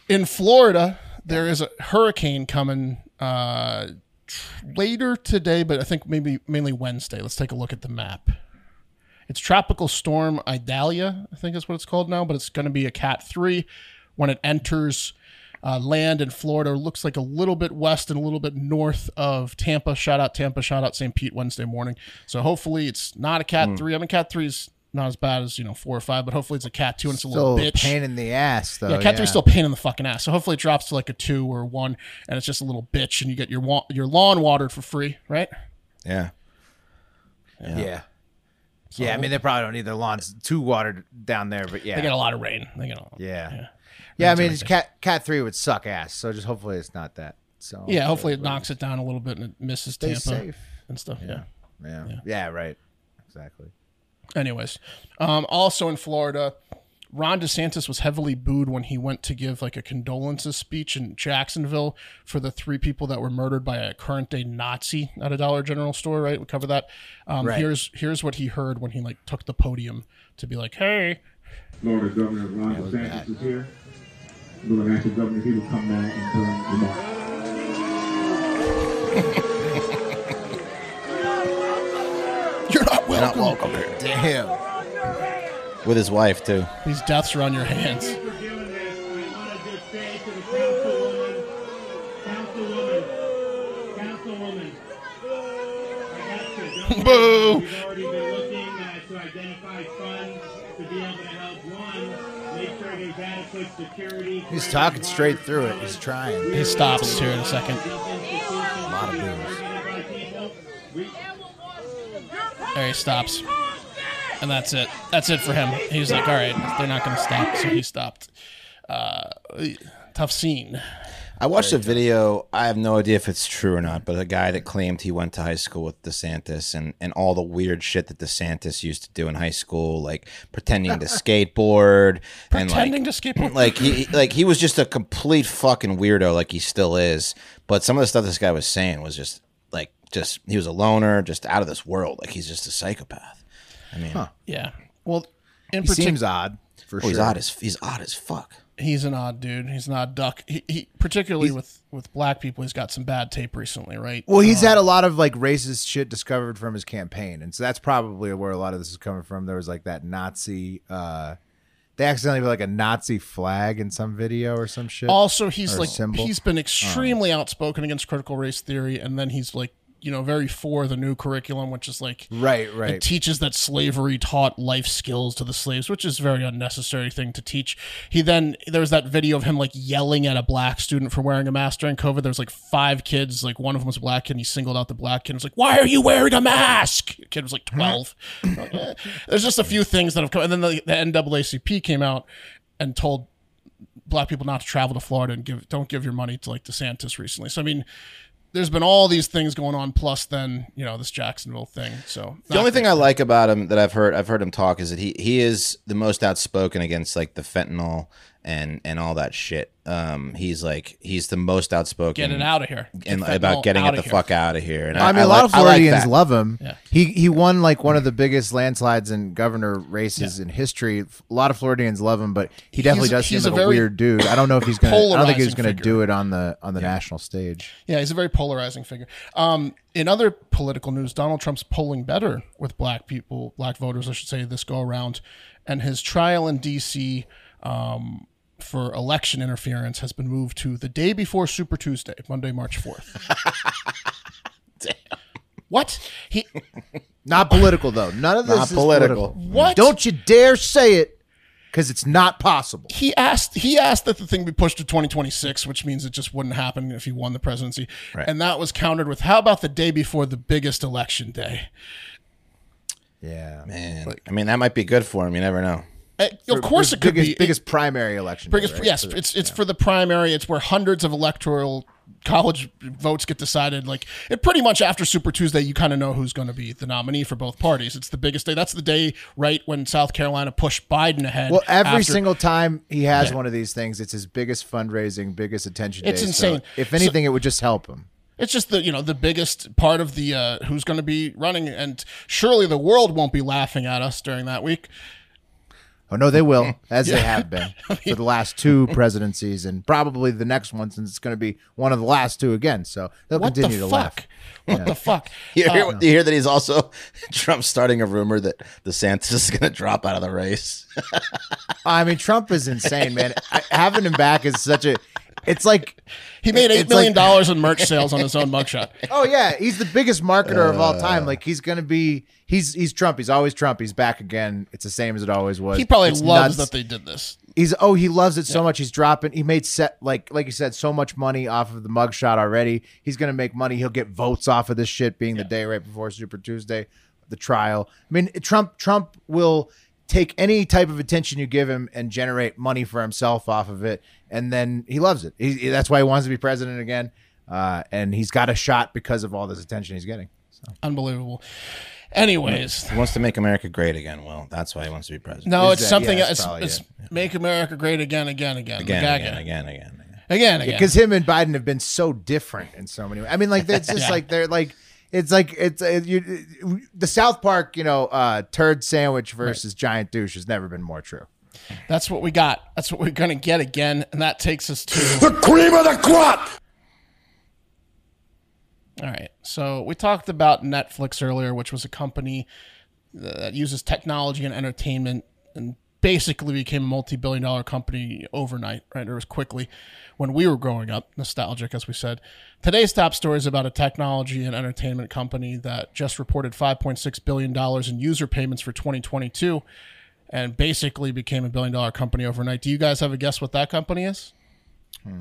Speaker 2: in Florida, there is a hurricane coming uh, tr- later today, but I think maybe mainly Wednesday. Let's take a look at the map. It's Tropical Storm Idalia, I think is what it's called now, but it's going to be a Cat 3 when it enters uh, land in Florida. Looks like a little bit west and a little bit north of Tampa. Shout out Tampa, shout out St. Pete Wednesday morning. So hopefully it's not a Cat 3. I mean, Cat 3 is not as bad as, you know, 4 or 5, but hopefully it's a Cat 2 and it's a
Speaker 1: Still
Speaker 2: little
Speaker 1: a
Speaker 2: bitch.
Speaker 1: pain in the ass though.
Speaker 2: Yeah, cat three's still a pain in the fucking ass. So hopefully it drops to like a two or one, and it's just a little bitch, and you get your wa- your lawn watered for free, right?
Speaker 3: Yeah.
Speaker 1: Yeah. Yeah, I mean they probably don't need their lawns too watered down there, but yeah.
Speaker 2: They get a lot of rain. They get a yeah.
Speaker 1: yeah. Yeah, I mean it's cat cat 3 would suck ass, so just hopefully it's not that. So
Speaker 2: yeah. Hopefully it knocks it down a little bit and it misses Tampa
Speaker 1: safe.
Speaker 2: and stuff. Yeah.
Speaker 1: yeah. yeah. right. Exactly.
Speaker 2: Anyways, um, also in Florida, Ron DeSantis was heavily booed when he went to give like a condolences speech in Jacksonville for the three people that were murdered by a current day Nazi at a Dollar General store. Right, we cover that. Um, Here's here's what he heard when he like took the podium to be like, "Hey,
Speaker 5: Florida Governor Ron DeSantis is here. We're going to ask the governor if he would come now and burn remarks.
Speaker 2: you're not
Speaker 3: They're
Speaker 2: welcome."
Speaker 3: not welcome here.
Speaker 1: Damn.
Speaker 3: With his wife too.
Speaker 2: These deaths are on your hands.
Speaker 5: for doing this. I want to just say to the councilwoman,
Speaker 2: Boo.
Speaker 6: We've already been looking uh, to identify funds to be able to help one, make sure there's adequate security. for
Speaker 1: He's talking
Speaker 6: everyone.
Speaker 1: straight through it. He's trying.
Speaker 2: He stops here in a second.
Speaker 1: A lot of booze.
Speaker 2: There he stops. And that's it. That's it for him. He's like, all right, they're not going to stop. So he stopped. Uh, tough scene.
Speaker 3: I watched a video. I have no idea if it's true or not, but a guy that claimed he went to high school with DeSantis and, and all the weird shit that DeSantis used to do in high school, like pretending to skateboard
Speaker 2: Pretending
Speaker 3: and
Speaker 2: to
Speaker 3: like,
Speaker 2: skateboard.
Speaker 3: [clears throat] like he he- like he was just a complete fucking weirdo, like he still is. But some of the stuff this guy was saying was just like just he was a loner, just out of this world. Like he's just a psychopath. I mean,
Speaker 2: Yeah. Well, in
Speaker 1: He
Speaker 2: particular,
Speaker 1: seems odd for
Speaker 3: oh,
Speaker 1: sure.
Speaker 3: he's odd as he's odd as fuck.
Speaker 2: he's an odd dude. He's an odd duck. He, he particularly with with black people, he's got some bad tape recently, right?
Speaker 1: Well, he's had a lot of like racist shit discovered from his campaign, and so that's probably where a lot of this is coming from. There was like that Nazi. uh They accidentally put like a Nazi flag in some video or some shit.
Speaker 2: also he's
Speaker 1: Or
Speaker 2: like
Speaker 1: symbol.
Speaker 2: he's been extremely outspoken against critical race theory and then he's like you know very for the new curriculum which is like
Speaker 1: Right,
Speaker 2: it
Speaker 1: right.
Speaker 2: teaches that slavery taught life skills to the slaves which is a very unnecessary thing to teach he then there was that video of him like yelling at a black student for wearing a mask during covid there was like five kids like one of them was a black kid and he singled out the black kid and was like why are you wearing a mask the kid was like
Speaker 3: Mm-hmm.
Speaker 2: 12 Like, eh. [laughs] there's just a few things that have come and then the, the naacp came out and told black people not to travel to Florida and give don't give your money to like DeSantis recently. So I mean, there's been all these things going on. Plus, then you know this Jacksonville thing. So
Speaker 3: The only thing I like about him that I've heard I've heard him talk is that he he is the most outspoken against like the fentanyl and and all that shit. Um, he's like he's the most outspoken.
Speaker 2: get it out of here
Speaker 3: and
Speaker 2: Get fentanyl
Speaker 3: about getting it
Speaker 2: outta
Speaker 3: the
Speaker 2: here.
Speaker 3: fuck out of here. And
Speaker 1: I mean, a lot
Speaker 3: like-
Speaker 1: of
Speaker 3: I like
Speaker 1: Floridians
Speaker 3: that.
Speaker 1: love him.
Speaker 2: Yeah.
Speaker 1: He he won like one of the biggest landslides in governor races in history. A lot of Floridians love him, but he definitely
Speaker 2: He's-
Speaker 1: does
Speaker 2: he's
Speaker 1: seem
Speaker 2: a
Speaker 1: like a
Speaker 2: very
Speaker 1: weird dude. I don't know if he's gonna. I don't think he's
Speaker 2: polarizing
Speaker 1: gonna
Speaker 2: figure.
Speaker 1: do it on the on the national stage.
Speaker 2: Yeah, he's a very polarizing figure. Um, in other political news, Donald Trump's polling better with black people, black voters, I should say, this go around, and his trial in D.C. Um, for election interference has been moved to the day before Super Tuesday, Monday, March
Speaker 3: [laughs]
Speaker 2: fourth. Damn. What he
Speaker 1: Not political though. None of this
Speaker 3: Not
Speaker 1: is
Speaker 3: political.
Speaker 2: What?
Speaker 1: Don't you dare say it, because it's not possible.
Speaker 2: he asked he asked that the thing be pushed to 2026 which means it just wouldn't happen if he won the presidency and that was countered with how about the day before the biggest election day
Speaker 1: Yeah,
Speaker 3: Man, I mean, that might be good for him. You never know. [laughs]
Speaker 2: Uh, of course it could
Speaker 1: biggest,
Speaker 2: be
Speaker 1: biggest primary election.
Speaker 2: biggest
Speaker 1: day, right?
Speaker 2: yes it's it's for the primary it's where hundreds of electoral college votes get decided like it pretty much after super tuesday you kind of know who's going to be the nominee for both parties it's the biggest day that's the day right when south carolina pushed biden ahead
Speaker 1: Well, every
Speaker 2: after-
Speaker 1: single time he has one of these things, it's his biggest fundraising, biggest attention.
Speaker 2: It's
Speaker 1: day, so
Speaker 2: insane.
Speaker 1: if
Speaker 2: So-
Speaker 1: anything, it would just help him.
Speaker 2: It's just the you know the biggest part of the uh, who's going to be running, and surely the world won't be laughing at us during that week.
Speaker 1: Oh no, they will,
Speaker 2: [laughs]
Speaker 1: as they have been for the last two presidencies, and probably the next one, since it's going to be one of the last two again. So they'll
Speaker 2: What the
Speaker 1: continue to
Speaker 2: fuck?
Speaker 1: laugh.
Speaker 2: What
Speaker 1: [laughs]
Speaker 2: the fuck? Uh,
Speaker 3: You hear, you hear that he's also [laughs] Trump starting a rumor that DeSantis is going to drop out of the race.
Speaker 1: I mean, Trump is insane, man. [laughs] I, having him back is such a. It's like,
Speaker 2: He made
Speaker 1: It's
Speaker 2: eight million dollars in merch sales on his own
Speaker 1: [laughs]
Speaker 2: mugshot.
Speaker 1: oh yeah, he's the biggest marketer of all time. Like he's going to be. He's he's Trump. He's always Trump. He's back again. It's the same as it always was.
Speaker 2: He probably
Speaker 1: It's
Speaker 2: loves
Speaker 1: nuts.
Speaker 2: that they did this.
Speaker 1: he's oh he loves it so much he's dropping he made set like like you said so much money off of the mugshot already he's gonna make money he'll get votes off of this shit being the day right before super tuesday the trial i mean trump trump will take any type of attention you give him and generate money for himself off of it and then he loves it he, he- that's why he wants to be president again uh, and he's got a shot because of all this attention he's getting
Speaker 2: Unbelievable. Anyways,
Speaker 3: He wants to make America great again. Well, that's why he wants to be president.
Speaker 2: no, it's
Speaker 1: that-
Speaker 2: something.
Speaker 1: yeah, that's
Speaker 2: it's
Speaker 1: probably
Speaker 2: it's
Speaker 1: it.
Speaker 2: make America great again, again, again,
Speaker 3: again,
Speaker 2: MAGA.
Speaker 3: again, again, again, again.
Speaker 2: again, again.
Speaker 1: because him and Biden have been so different in so many. ways. I mean, like it's just
Speaker 2: [laughs] Yeah.
Speaker 1: like they're like it's like it's uh you, the South Park, you know, uh, turd sandwich versus giant douche has never been more true.
Speaker 2: That's what we got. That's what we're gonna get again, and that takes us to.
Speaker 4: The cream of the crop!
Speaker 2: All right. So we talked about Netflix earlier, which was a company that uses technology and entertainment and basically became a multi-billion dollar company overnight, right? Or as quickly when we were growing up, nostalgic as we said. Today's top story is about a technology and entertainment company that just reported 5.6 billion dollars in user payments for 2022 and basically became a billion dollar company overnight. Do you guys have a guess what that company is?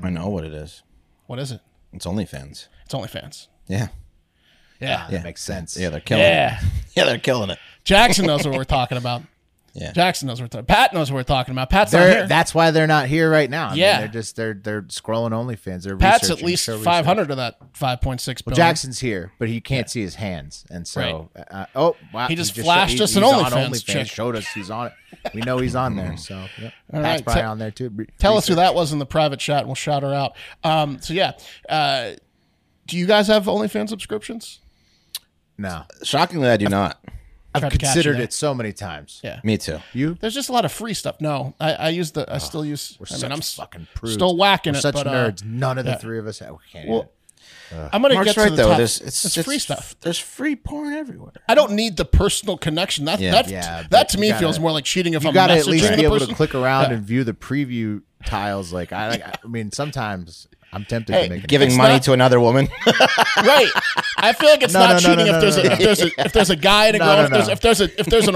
Speaker 3: I know what it is.
Speaker 2: What is it?
Speaker 3: It's OnlyFans.
Speaker 2: It's OnlyFans.
Speaker 3: Yeah.
Speaker 2: Yeah.
Speaker 3: Yeah.
Speaker 1: That makes sense.
Speaker 3: Yeah, they're killing
Speaker 2: Yeah.
Speaker 3: it. [laughs] Yeah, they're killing it.
Speaker 2: Jackson knows what we're talking about.
Speaker 3: Yeah.
Speaker 2: Jackson knows what we're talking Pat knows what we're talking about. Pat's not
Speaker 1: They're,
Speaker 2: here.
Speaker 1: that's why they're not here right now. I mean,
Speaker 2: Yeah.
Speaker 1: they're just they're they're scrolling OnlyFans. They're
Speaker 2: Pat's at
Speaker 1: researching
Speaker 2: least
Speaker 1: show research.
Speaker 2: 500 of that 5.6 billion.
Speaker 1: Jackson's here, but he can't see his hands, and so uh, oh wow,
Speaker 2: He just flashed
Speaker 1: sho-
Speaker 2: us
Speaker 1: he-
Speaker 2: an
Speaker 1: he's on
Speaker 2: OnlyFans chick.
Speaker 1: Showed us he's on it. We know he's on there. So
Speaker 2: [laughs]
Speaker 1: yep. Pat's
Speaker 2: right,
Speaker 1: probably
Speaker 2: te-
Speaker 1: on there too. Re-
Speaker 2: Tell us who that was in the private chat, and we'll shout her out. Um, so yeah, uh, do you guys have OnlyFans subscriptions?
Speaker 1: No,
Speaker 3: Shockingly, I do not.
Speaker 2: Tried
Speaker 1: I've
Speaker 2: to catch you
Speaker 1: considered
Speaker 2: there.
Speaker 1: it so many times.
Speaker 2: Yeah.
Speaker 3: Me too.
Speaker 1: You
Speaker 2: There's just a lot of free stuff. No, I, I use the. I still use. I mean,
Speaker 1: such
Speaker 2: I'm s-
Speaker 1: fucking prudes.
Speaker 2: still whacking
Speaker 1: we're
Speaker 2: it.
Speaker 1: such
Speaker 2: but, uh,
Speaker 1: nerds. None of the
Speaker 2: yeah.
Speaker 1: three of us. Have, we can't.
Speaker 3: Well,
Speaker 1: even-
Speaker 2: I'm gonna
Speaker 3: Mark's
Speaker 2: get to
Speaker 3: right
Speaker 2: the
Speaker 3: though.
Speaker 2: top.
Speaker 3: There's it's,
Speaker 2: It's
Speaker 3: it's-
Speaker 2: free stuff.
Speaker 3: There's free porn everywhere.
Speaker 2: I don't need the personal connection. That
Speaker 3: Yeah,
Speaker 2: that
Speaker 1: yeah,
Speaker 2: that
Speaker 1: but
Speaker 2: to
Speaker 1: you
Speaker 2: me
Speaker 1: gotta-
Speaker 2: feels more like cheating if
Speaker 1: you
Speaker 2: I'm
Speaker 1: gotta
Speaker 2: messaging
Speaker 1: at least
Speaker 2: the
Speaker 1: be able
Speaker 2: person.
Speaker 1: to click around
Speaker 2: Yeah.
Speaker 1: and view the preview tiles. Like I, like, I mean, sometimes I'm tempted
Speaker 2: Hey,
Speaker 1: to make. an
Speaker 3: Giving
Speaker 2: It's
Speaker 3: money
Speaker 2: not-
Speaker 3: to another woman.
Speaker 2: right. I feel like it's
Speaker 1: No,
Speaker 2: not
Speaker 1: no, no,
Speaker 2: cheating
Speaker 1: no,
Speaker 2: if
Speaker 1: no,
Speaker 2: there's
Speaker 1: no,
Speaker 2: a,
Speaker 1: no.
Speaker 2: if there's a, if there's a guy
Speaker 1: [laughs]
Speaker 2: to
Speaker 1: No,
Speaker 2: go
Speaker 1: no,
Speaker 2: if there's
Speaker 1: no.
Speaker 2: if there's a if there's an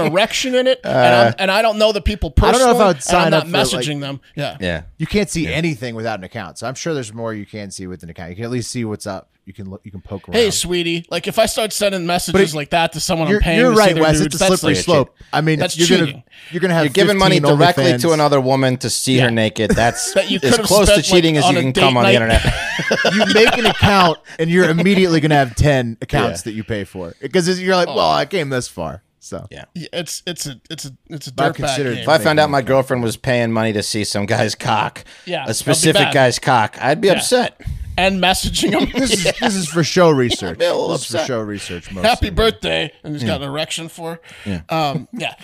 Speaker 1: [laughs]
Speaker 2: erection in it and, I'm, and I don't know the people
Speaker 1: don't know if
Speaker 2: personally.
Speaker 1: I would
Speaker 2: and I'm
Speaker 1: sign
Speaker 2: not
Speaker 1: up for, like-
Speaker 2: messaging them. Yeah.
Speaker 3: [laughs] yeah.
Speaker 1: You can't see anything without an account. So I'm sure there's more you can see with an account. You can at least see what's up. You can look. You can poke around.
Speaker 2: Hey, sweetie. Like if I start sending messages
Speaker 1: it-
Speaker 2: like that to someone,
Speaker 1: you're,
Speaker 2: I'm paying.
Speaker 1: you're
Speaker 2: to see
Speaker 1: right,
Speaker 2: their
Speaker 1: Wes.
Speaker 2: nudes,
Speaker 1: It's a
Speaker 2: that's
Speaker 1: slippery
Speaker 2: like-
Speaker 1: slope. I mean,
Speaker 2: That's
Speaker 1: you're
Speaker 2: cheating.
Speaker 1: gonna you're gonna have
Speaker 3: You're giving money
Speaker 1: 15
Speaker 3: directly
Speaker 1: OnlyFans.
Speaker 3: to another woman to see her naked.
Speaker 2: [laughs]
Speaker 3: That's
Speaker 2: That you
Speaker 3: as
Speaker 2: could've
Speaker 3: close to
Speaker 2: spent, like,
Speaker 3: cheating as
Speaker 2: on
Speaker 3: you
Speaker 2: a
Speaker 3: can
Speaker 2: date
Speaker 3: come on the
Speaker 2: night. [laughs]
Speaker 3: internet.
Speaker 1: You make an account and you're immediately gonna have
Speaker 2: [laughs]
Speaker 1: ten accounts that you pay for because you're
Speaker 2: Oh.
Speaker 1: like, well, I came this far, so
Speaker 3: Yeah.
Speaker 2: Yeah, It's it's a it's a it's a
Speaker 1: I've
Speaker 2: dirtbag
Speaker 1: considered-
Speaker 2: game.
Speaker 3: If I found out my girlfriend was paying money to see some guy's cock,
Speaker 2: Yeah,
Speaker 3: a
Speaker 2: that'd be
Speaker 3: specific
Speaker 2: bad.
Speaker 3: guy's cock, I'd be upset.
Speaker 2: and messaging
Speaker 1: [laughs]
Speaker 2: him.
Speaker 1: This, is, this is for show research.
Speaker 3: I'm a little
Speaker 1: this is for
Speaker 3: upset.
Speaker 1: show research. Mostly.
Speaker 2: Happy birthday, and he's got an erection for. Yeah. Um, yeah.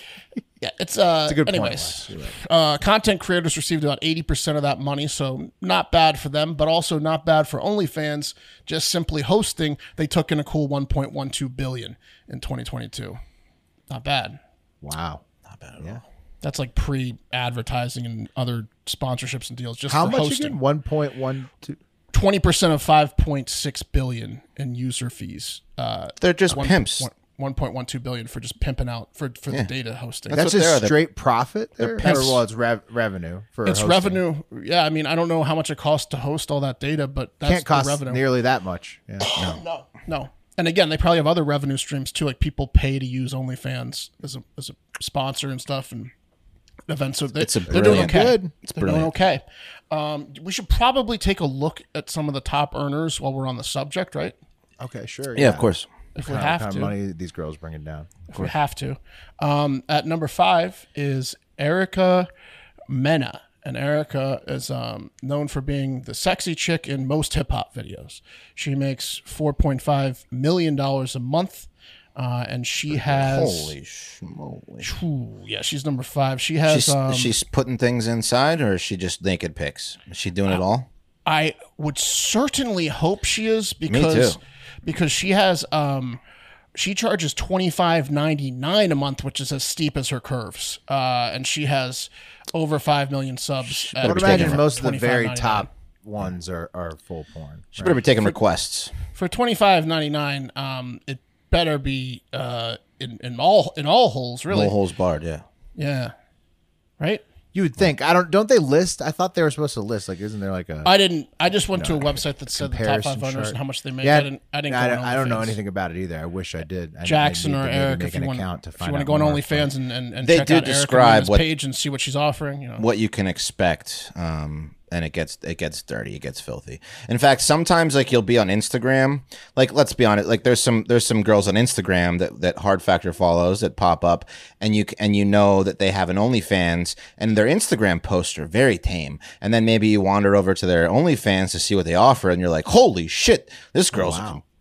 Speaker 2: Yeah, it's uh.
Speaker 1: a good point,
Speaker 2: anyways,
Speaker 1: Wes. You're
Speaker 2: uh, content creators received about eighty percent of that money, so not bad for them, but also not bad for OnlyFans. Just simply hosting, they took in a cool one point one two billion in twenty twenty two. Not bad.
Speaker 1: Wow.
Speaker 2: That's like pre-advertising and other sponsorships and deals. Just
Speaker 1: How
Speaker 2: for
Speaker 1: much
Speaker 2: hosting.
Speaker 1: again? One point one two.
Speaker 2: twenty percent of five point six billion in user fees. Uh,
Speaker 3: They're just pimps.
Speaker 2: one point one two billion for just pimping out for for the data hosting.
Speaker 1: That's,
Speaker 3: what they are.
Speaker 1: just
Speaker 3: They're-
Speaker 1: straight profit. There? Or,
Speaker 2: pimps.
Speaker 1: well, it's rev- revenue for
Speaker 2: it's
Speaker 1: hosting.
Speaker 2: revenue. Yeah, I mean, I don't know how much it costs to host all that data, but that's
Speaker 1: Can't cost
Speaker 2: the revenue.
Speaker 1: nearly that much. Yeah.
Speaker 2: no, no. And again, they probably have other revenue streams too, like people pay to use OnlyFans as a as a sponsor and stuff and events. So they,
Speaker 3: It's a
Speaker 2: they're doing
Speaker 3: brilliant-
Speaker 2: okay.
Speaker 1: Good.
Speaker 2: It's they're doing okay. Um, we should probably take a look at some of the top earners while we're on the subject, right?
Speaker 1: Okay, sure.
Speaker 3: Yeah, of course.
Speaker 2: If we have
Speaker 1: kind
Speaker 2: to.
Speaker 1: of money these girls bringing down.
Speaker 2: if we have to. Um, at number five is Erica Mena. And Erica is um, known for being the sexy chick in most hip hop videos. She makes $4.5 million a month. Uh, and she has.
Speaker 3: Holy schmoly.
Speaker 2: Ooh, yeah, she's number five. She has.
Speaker 3: She's,
Speaker 2: um,
Speaker 3: she's putting things inside, or is she just naked pics? Is she doing it all?
Speaker 2: I would certainly hope she is because
Speaker 3: too.
Speaker 2: because she has um she charges twenty five ninety nine a month, which is as steep as her curves, uh, and she has over five million subs.
Speaker 1: I
Speaker 2: at
Speaker 1: would imagine
Speaker 2: for
Speaker 1: most of the very
Speaker 2: $25.99.
Speaker 1: top ones are, are full porn.
Speaker 3: She better be taking requests.
Speaker 2: for twenty five ninety nine. Um, it better be uh in, in all in all holes really.
Speaker 3: No holes barred, yeah.
Speaker 2: Yeah, right.
Speaker 1: You would think. I don't. Don't they list? I thought they were supposed to list. Like, isn't there like a?
Speaker 2: I didn't. I just went to a website that said the top
Speaker 1: comparison
Speaker 2: five owners
Speaker 1: chart.
Speaker 2: and how much they make.
Speaker 1: yeah,
Speaker 2: I didn't. I didn't. go
Speaker 1: don't,
Speaker 2: on
Speaker 1: I don't know
Speaker 2: OnlyFans.
Speaker 1: anything about it either. I wish I did. I- I
Speaker 2: Jackson
Speaker 1: need to
Speaker 2: or
Speaker 1: maybe
Speaker 2: Eric
Speaker 1: make
Speaker 2: if
Speaker 1: an
Speaker 2: you want
Speaker 1: account
Speaker 2: to, if
Speaker 1: find
Speaker 2: you want to
Speaker 1: out
Speaker 2: go on
Speaker 1: more.
Speaker 2: OnlyFans and and, and
Speaker 3: They
Speaker 2: check
Speaker 3: do
Speaker 2: out
Speaker 3: describe
Speaker 2: Eric Arena's
Speaker 3: what-
Speaker 2: page and see what she's offering. You know,
Speaker 3: what you can expect um and it gets it gets dirty it gets filthy in fact sometimes like you'll be on instagram like let's be honest like there's some there's some girls on instagram that that hard factor follows that pop up and you c- and you know that they have an onlyfans and their instagram posts are very tame and then maybe you wander over to their onlyfans to see what they offer and you're like holy shit
Speaker 1: Oh,
Speaker 3: this girl's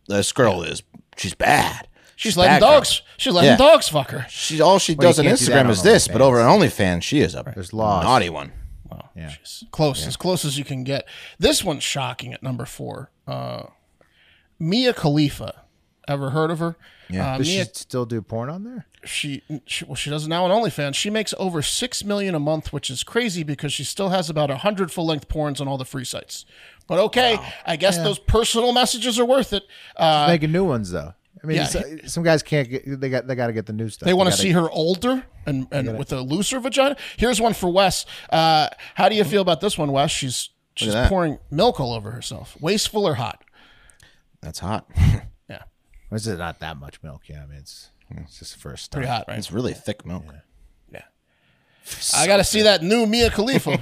Speaker 3: this girl is she's bad
Speaker 2: she's
Speaker 3: She's
Speaker 2: letting
Speaker 3: bad girl.
Speaker 2: dogs. She's letting
Speaker 3: Yeah.
Speaker 2: dogs fuck her.
Speaker 3: she all she
Speaker 1: Well, you
Speaker 3: does on
Speaker 1: can't do that
Speaker 3: instagram
Speaker 1: on
Speaker 3: is this but
Speaker 1: OnlyFans.
Speaker 3: over on onlyfans she is a
Speaker 1: There's laws.
Speaker 3: naughty one
Speaker 2: Wow, she's close as close as you can get. This one's shocking at number four. Uh, Mia Khalifa Ever heard of her?
Speaker 3: Yeah.
Speaker 2: Uh,
Speaker 1: Does she
Speaker 2: Mia,
Speaker 1: still do porn on there?
Speaker 2: she, she well, she does it now on OnlyFans. She makes over six million a month, which is crazy because she still has about a hundred full length porns on all the free sites. But okay, I guess those personal messages are worth it. Uh,
Speaker 1: Making new ones though. I mean,
Speaker 2: yeah.
Speaker 1: so- some guys can't get. They got. They got to get the new stuff.
Speaker 2: They want to
Speaker 1: gotta-
Speaker 2: see her older and, and with a looser vagina. Here's one for Wes. Uh, how do you feel about this one, Wes? She's she's
Speaker 3: that.
Speaker 2: pouring milk all over herself. Wasteful or hot?
Speaker 3: That's hot.
Speaker 2: [laughs] Yeah,
Speaker 1: This is not that much milk. Yeah, I mean, it's it's just the first start.
Speaker 2: pretty hot, right?
Speaker 3: it's really thick milk.
Speaker 2: I got to see that new Mia Khalifa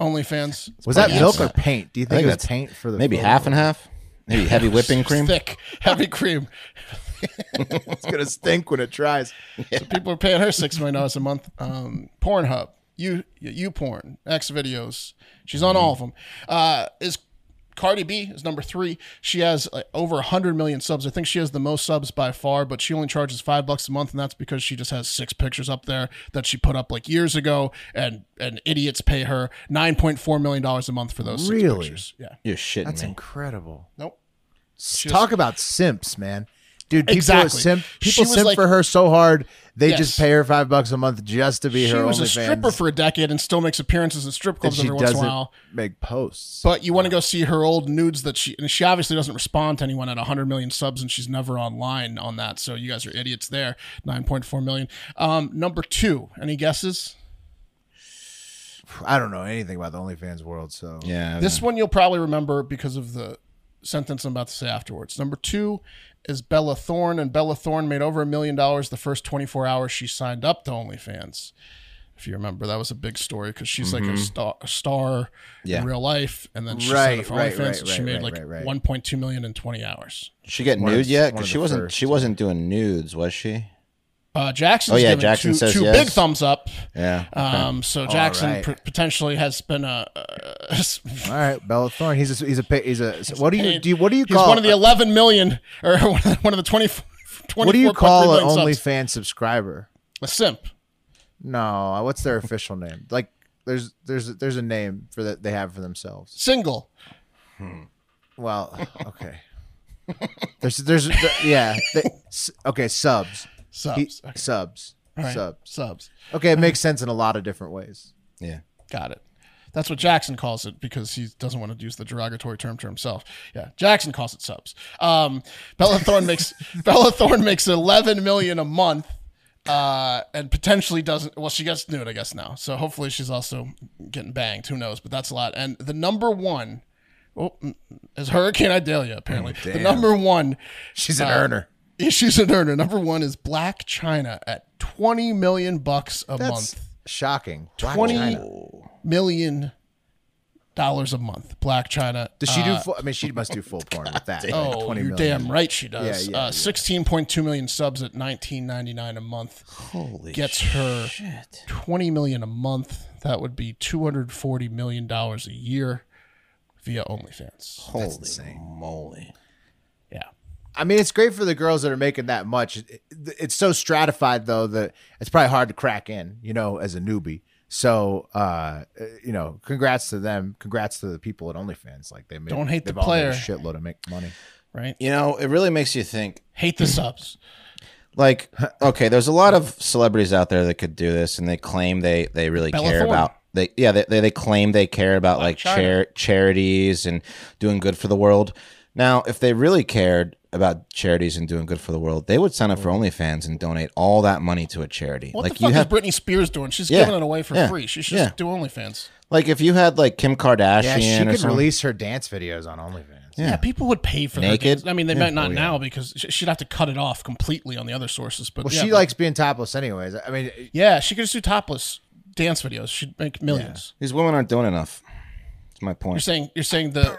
Speaker 2: OnlyFans.
Speaker 1: Was that
Speaker 3: pretty
Speaker 1: milk or
Speaker 3: hot.
Speaker 1: paint? Do you think,
Speaker 3: think
Speaker 1: it was
Speaker 3: that's-
Speaker 1: paint for the
Speaker 3: Maybe
Speaker 1: food?
Speaker 3: half and half. Maybe heavy whipping cream.
Speaker 2: Thick, heavy cream.
Speaker 1: It's gonna stink when it tries.
Speaker 2: People are paying her six million dollars a month. Um, Pornhub, you you porn, X videos. She's on all of them. Uh, is Cardi B is number three. She has like, over hundred million subs. I think she has the most subs by far, but she only charges five bucks a month, and that's because she just has six pictures up there that she put up like years ago, and and idiots pay her nine point four million dollars a month for those. Six
Speaker 1: Really?
Speaker 2: pictures. Yeah.
Speaker 3: You're shitting
Speaker 1: That's
Speaker 3: me.
Speaker 1: incredible.
Speaker 2: Nope.
Speaker 1: Talk about simps, man. Dude, people
Speaker 2: Exactly.
Speaker 1: simp.
Speaker 2: She
Speaker 1: People
Speaker 2: was
Speaker 1: simp
Speaker 2: like-
Speaker 1: for her so hard they just
Speaker 2: Yes.
Speaker 1: pay her five bucks a month just to be
Speaker 2: She
Speaker 1: her.
Speaker 2: was a
Speaker 1: OnlyFans.
Speaker 2: stripper for a decade and still makes appearances in strip
Speaker 1: and
Speaker 2: clubs
Speaker 1: she
Speaker 2: every once in a
Speaker 1: doesn't
Speaker 2: while.
Speaker 1: make posts.
Speaker 2: But you want to go see her old nudes that she and she obviously doesn't respond to anyone at 100 million subs and she's never online on that. So you guys are idiots there. 9.4 million. Um, number two. Any guesses?
Speaker 1: I don't know anything about the OnlyFans world, so
Speaker 3: Yeah.
Speaker 2: This one you'll probably remember because of the sentence I'm about to say afterwards. Number two is Bella Thorne, and Bella Thorne made over a million dollars the first 24 hours she signed up to OnlyFans. If you remember, that was a big story because she's
Speaker 1: Mm-hmm.
Speaker 2: like a star, a star
Speaker 3: Yeah.
Speaker 2: in real life, and then she
Speaker 1: Right,
Speaker 2: signed up for
Speaker 1: right,
Speaker 2: OnlyFans,
Speaker 1: right,
Speaker 2: and she
Speaker 1: right,
Speaker 2: made
Speaker 1: right,
Speaker 2: like
Speaker 1: right, right.
Speaker 2: 1.2 million in 20 hours.
Speaker 3: she get
Speaker 1: one of
Speaker 3: nude
Speaker 1: the-
Speaker 3: yet?
Speaker 1: one of
Speaker 3: Because she
Speaker 1: the
Speaker 3: wasn't.
Speaker 1: first,
Speaker 3: She wasn't doing nudes, was she?
Speaker 2: Uh, Jackson's
Speaker 3: Oh, yeah,
Speaker 2: given
Speaker 3: Jackson
Speaker 2: two,
Speaker 3: says
Speaker 2: two
Speaker 3: yes.
Speaker 2: big thumbs up.
Speaker 3: Yeah.
Speaker 2: Um, so Jackson
Speaker 1: right.
Speaker 2: p- potentially has been a. Uh,
Speaker 1: All right, Bella Thorne. He's a, he's a pa- he's a. what do you
Speaker 2: paid.
Speaker 1: do? You, what do you
Speaker 2: he's
Speaker 1: call
Speaker 2: one of the 11 million or [laughs] one of the, one of the 24
Speaker 1: What do you call
Speaker 2: 24.3
Speaker 1: an
Speaker 2: million subs.
Speaker 1: OnlyFans subscriber?
Speaker 2: a simp
Speaker 1: No, what's their official name? Like, there's there's there's a name for that they have for themselves.
Speaker 2: single
Speaker 1: Well, okay. There's there's there- yeah. They, s- okay, subs.
Speaker 2: subs
Speaker 1: He-
Speaker 2: Okay.
Speaker 1: Subs.
Speaker 2: All right.
Speaker 1: Subs.
Speaker 2: subs
Speaker 1: Okay, it makes sense in a lot of different ways.
Speaker 3: Yeah.
Speaker 2: got it that's what Jackson calls it because he doesn't want to use the derogatory term to himself. Yeah, Jackson calls it subs. Um, Bella Thorne makes [laughs] Bella Thorne makes eleven million a month, uh, and potentially doesn't. Well, she gets nude, I guess now. So hopefully she's also getting banged. Who knows? But that's a lot. And the number one, oh, mm, is Hurricane Idalia apparently. the number one
Speaker 1: She's
Speaker 2: Uh,
Speaker 1: an earner.
Speaker 2: issues an earner. Number one is Black China at twenty million bucks a
Speaker 1: That's
Speaker 2: month.
Speaker 1: shocking. Black
Speaker 2: Twenty million
Speaker 1: China.
Speaker 2: dollars a month. Black China. Uh,
Speaker 1: Does she do? Full, I mean, she must do full porn with that.
Speaker 2: [laughs] Oh, you're damn right she does.
Speaker 1: Yeah, yeah,
Speaker 2: uh,
Speaker 1: yeah.
Speaker 2: 16.2 million subs at 19.99 a month
Speaker 3: Holy
Speaker 2: gets her 20 million a month. That would be 240 million dollars a year via OnlyFans.
Speaker 3: Holy moly.
Speaker 2: Yeah.
Speaker 1: I mean, it's great for the girls that are making that much. It- It's so stratified though that it's probably hard to crack in, you know, as a newbie. So, uh, you know, congrats to them. Congrats to the people at OnlyFans. Like they made,
Speaker 2: Don't hate the
Speaker 1: they've all made a
Speaker 2: player.
Speaker 1: Shitload of make money.
Speaker 2: Right.
Speaker 3: You know, it really makes you think.
Speaker 1: [laughs]
Speaker 2: Hate the subs.
Speaker 3: Like, okay, there's a lot of celebrities out there that could do this, and they claim they they really
Speaker 2: Bella
Speaker 3: care
Speaker 2: Thorne.
Speaker 3: about. They yeah, they they, they claim they care about like char- charities and doing good for the world. Now, if they really cared about charities and doing good for the world, they would sign up for OnlyFans and donate all that money to a charity.
Speaker 2: What
Speaker 3: like
Speaker 2: the fuck
Speaker 3: you
Speaker 2: is
Speaker 3: have
Speaker 2: Britney Spears doing? She's
Speaker 3: Yeah.
Speaker 2: giving it away for
Speaker 3: Yeah.
Speaker 2: free. She should
Speaker 3: Yeah.
Speaker 2: just do OnlyFans.
Speaker 3: like if you had like Kim Kardashian
Speaker 1: Yeah, she
Speaker 3: or
Speaker 1: could
Speaker 3: something.
Speaker 1: release her dance videos on OnlyFans.
Speaker 2: Yeah. Uh, people would pay for
Speaker 3: Naked?
Speaker 2: Her dance. I mean, they might not now because sh- she'd have to cut it off completely on the other sources. But
Speaker 1: Well,
Speaker 2: yeah,
Speaker 1: she
Speaker 2: but-
Speaker 1: likes being topless, anyways. I mean,
Speaker 2: yeah, she could just do topless dance videos. She'd make millions.
Speaker 3: These women aren't doing enough. That's my
Speaker 2: You're
Speaker 3: point.
Speaker 2: saying you're saying the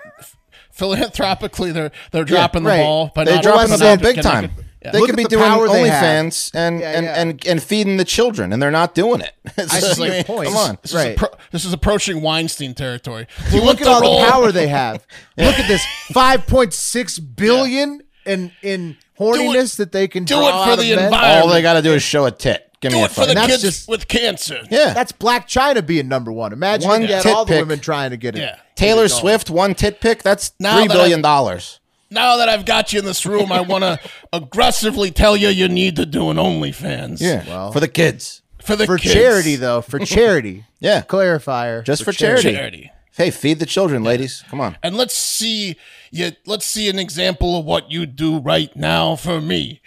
Speaker 2: philanthropically they're they're dropping the
Speaker 1: right.
Speaker 2: ball, but
Speaker 3: They're
Speaker 2: not
Speaker 3: dropping the
Speaker 2: not
Speaker 3: ball
Speaker 2: getting
Speaker 3: big time.
Speaker 2: naked. Yeah.
Speaker 3: They
Speaker 1: Look
Speaker 3: could
Speaker 1: at
Speaker 3: be
Speaker 1: the
Speaker 3: doing
Speaker 1: power they have.
Speaker 3: OnlyFans and,
Speaker 1: Yeah,
Speaker 3: and,
Speaker 1: yeah.
Speaker 3: and and feeding the children, and they're not doing it. [laughs] It's
Speaker 1: I
Speaker 3: just
Speaker 1: see your
Speaker 3: like,
Speaker 1: point.
Speaker 3: Come on,
Speaker 2: This,
Speaker 1: right.
Speaker 2: is appro- this is approaching Weinstein territory. Do you
Speaker 1: look
Speaker 2: want
Speaker 1: at
Speaker 2: the
Speaker 1: all
Speaker 2: role?
Speaker 1: the power they have. Look at this five point six billion in in horniness that they can
Speaker 2: do
Speaker 1: draw
Speaker 2: it for
Speaker 1: out of
Speaker 2: the
Speaker 1: men.
Speaker 2: environment.
Speaker 3: all they got to do is show a tit. Give
Speaker 2: Do
Speaker 3: me a
Speaker 2: it for the
Speaker 3: fucking-
Speaker 1: that's
Speaker 2: kids
Speaker 1: just-
Speaker 2: with cancer.
Speaker 3: yeah.
Speaker 1: Oh, That's Black China being number one. Imagine
Speaker 3: One
Speaker 1: you had
Speaker 3: tit
Speaker 1: all the
Speaker 3: pic.
Speaker 1: women trying to get it.
Speaker 2: Yeah.
Speaker 3: Taylor Swift one tit pick. That's
Speaker 2: Now
Speaker 3: three
Speaker 2: that
Speaker 3: billion dollars.
Speaker 2: now that I've got you in this room, I want to aggressively tell you you need to do an OnlyFans.
Speaker 3: Yeah.
Speaker 1: Well-
Speaker 3: for the kids.
Speaker 2: For the
Speaker 1: for
Speaker 2: kids.
Speaker 1: charity though. For charity,
Speaker 3: Yeah.
Speaker 1: clarifier.
Speaker 3: Just for, charity.
Speaker 2: Charity.
Speaker 3: Hey, feed the children, ladies. Come on.
Speaker 2: And let's see you let's see an example of what you do right now for me.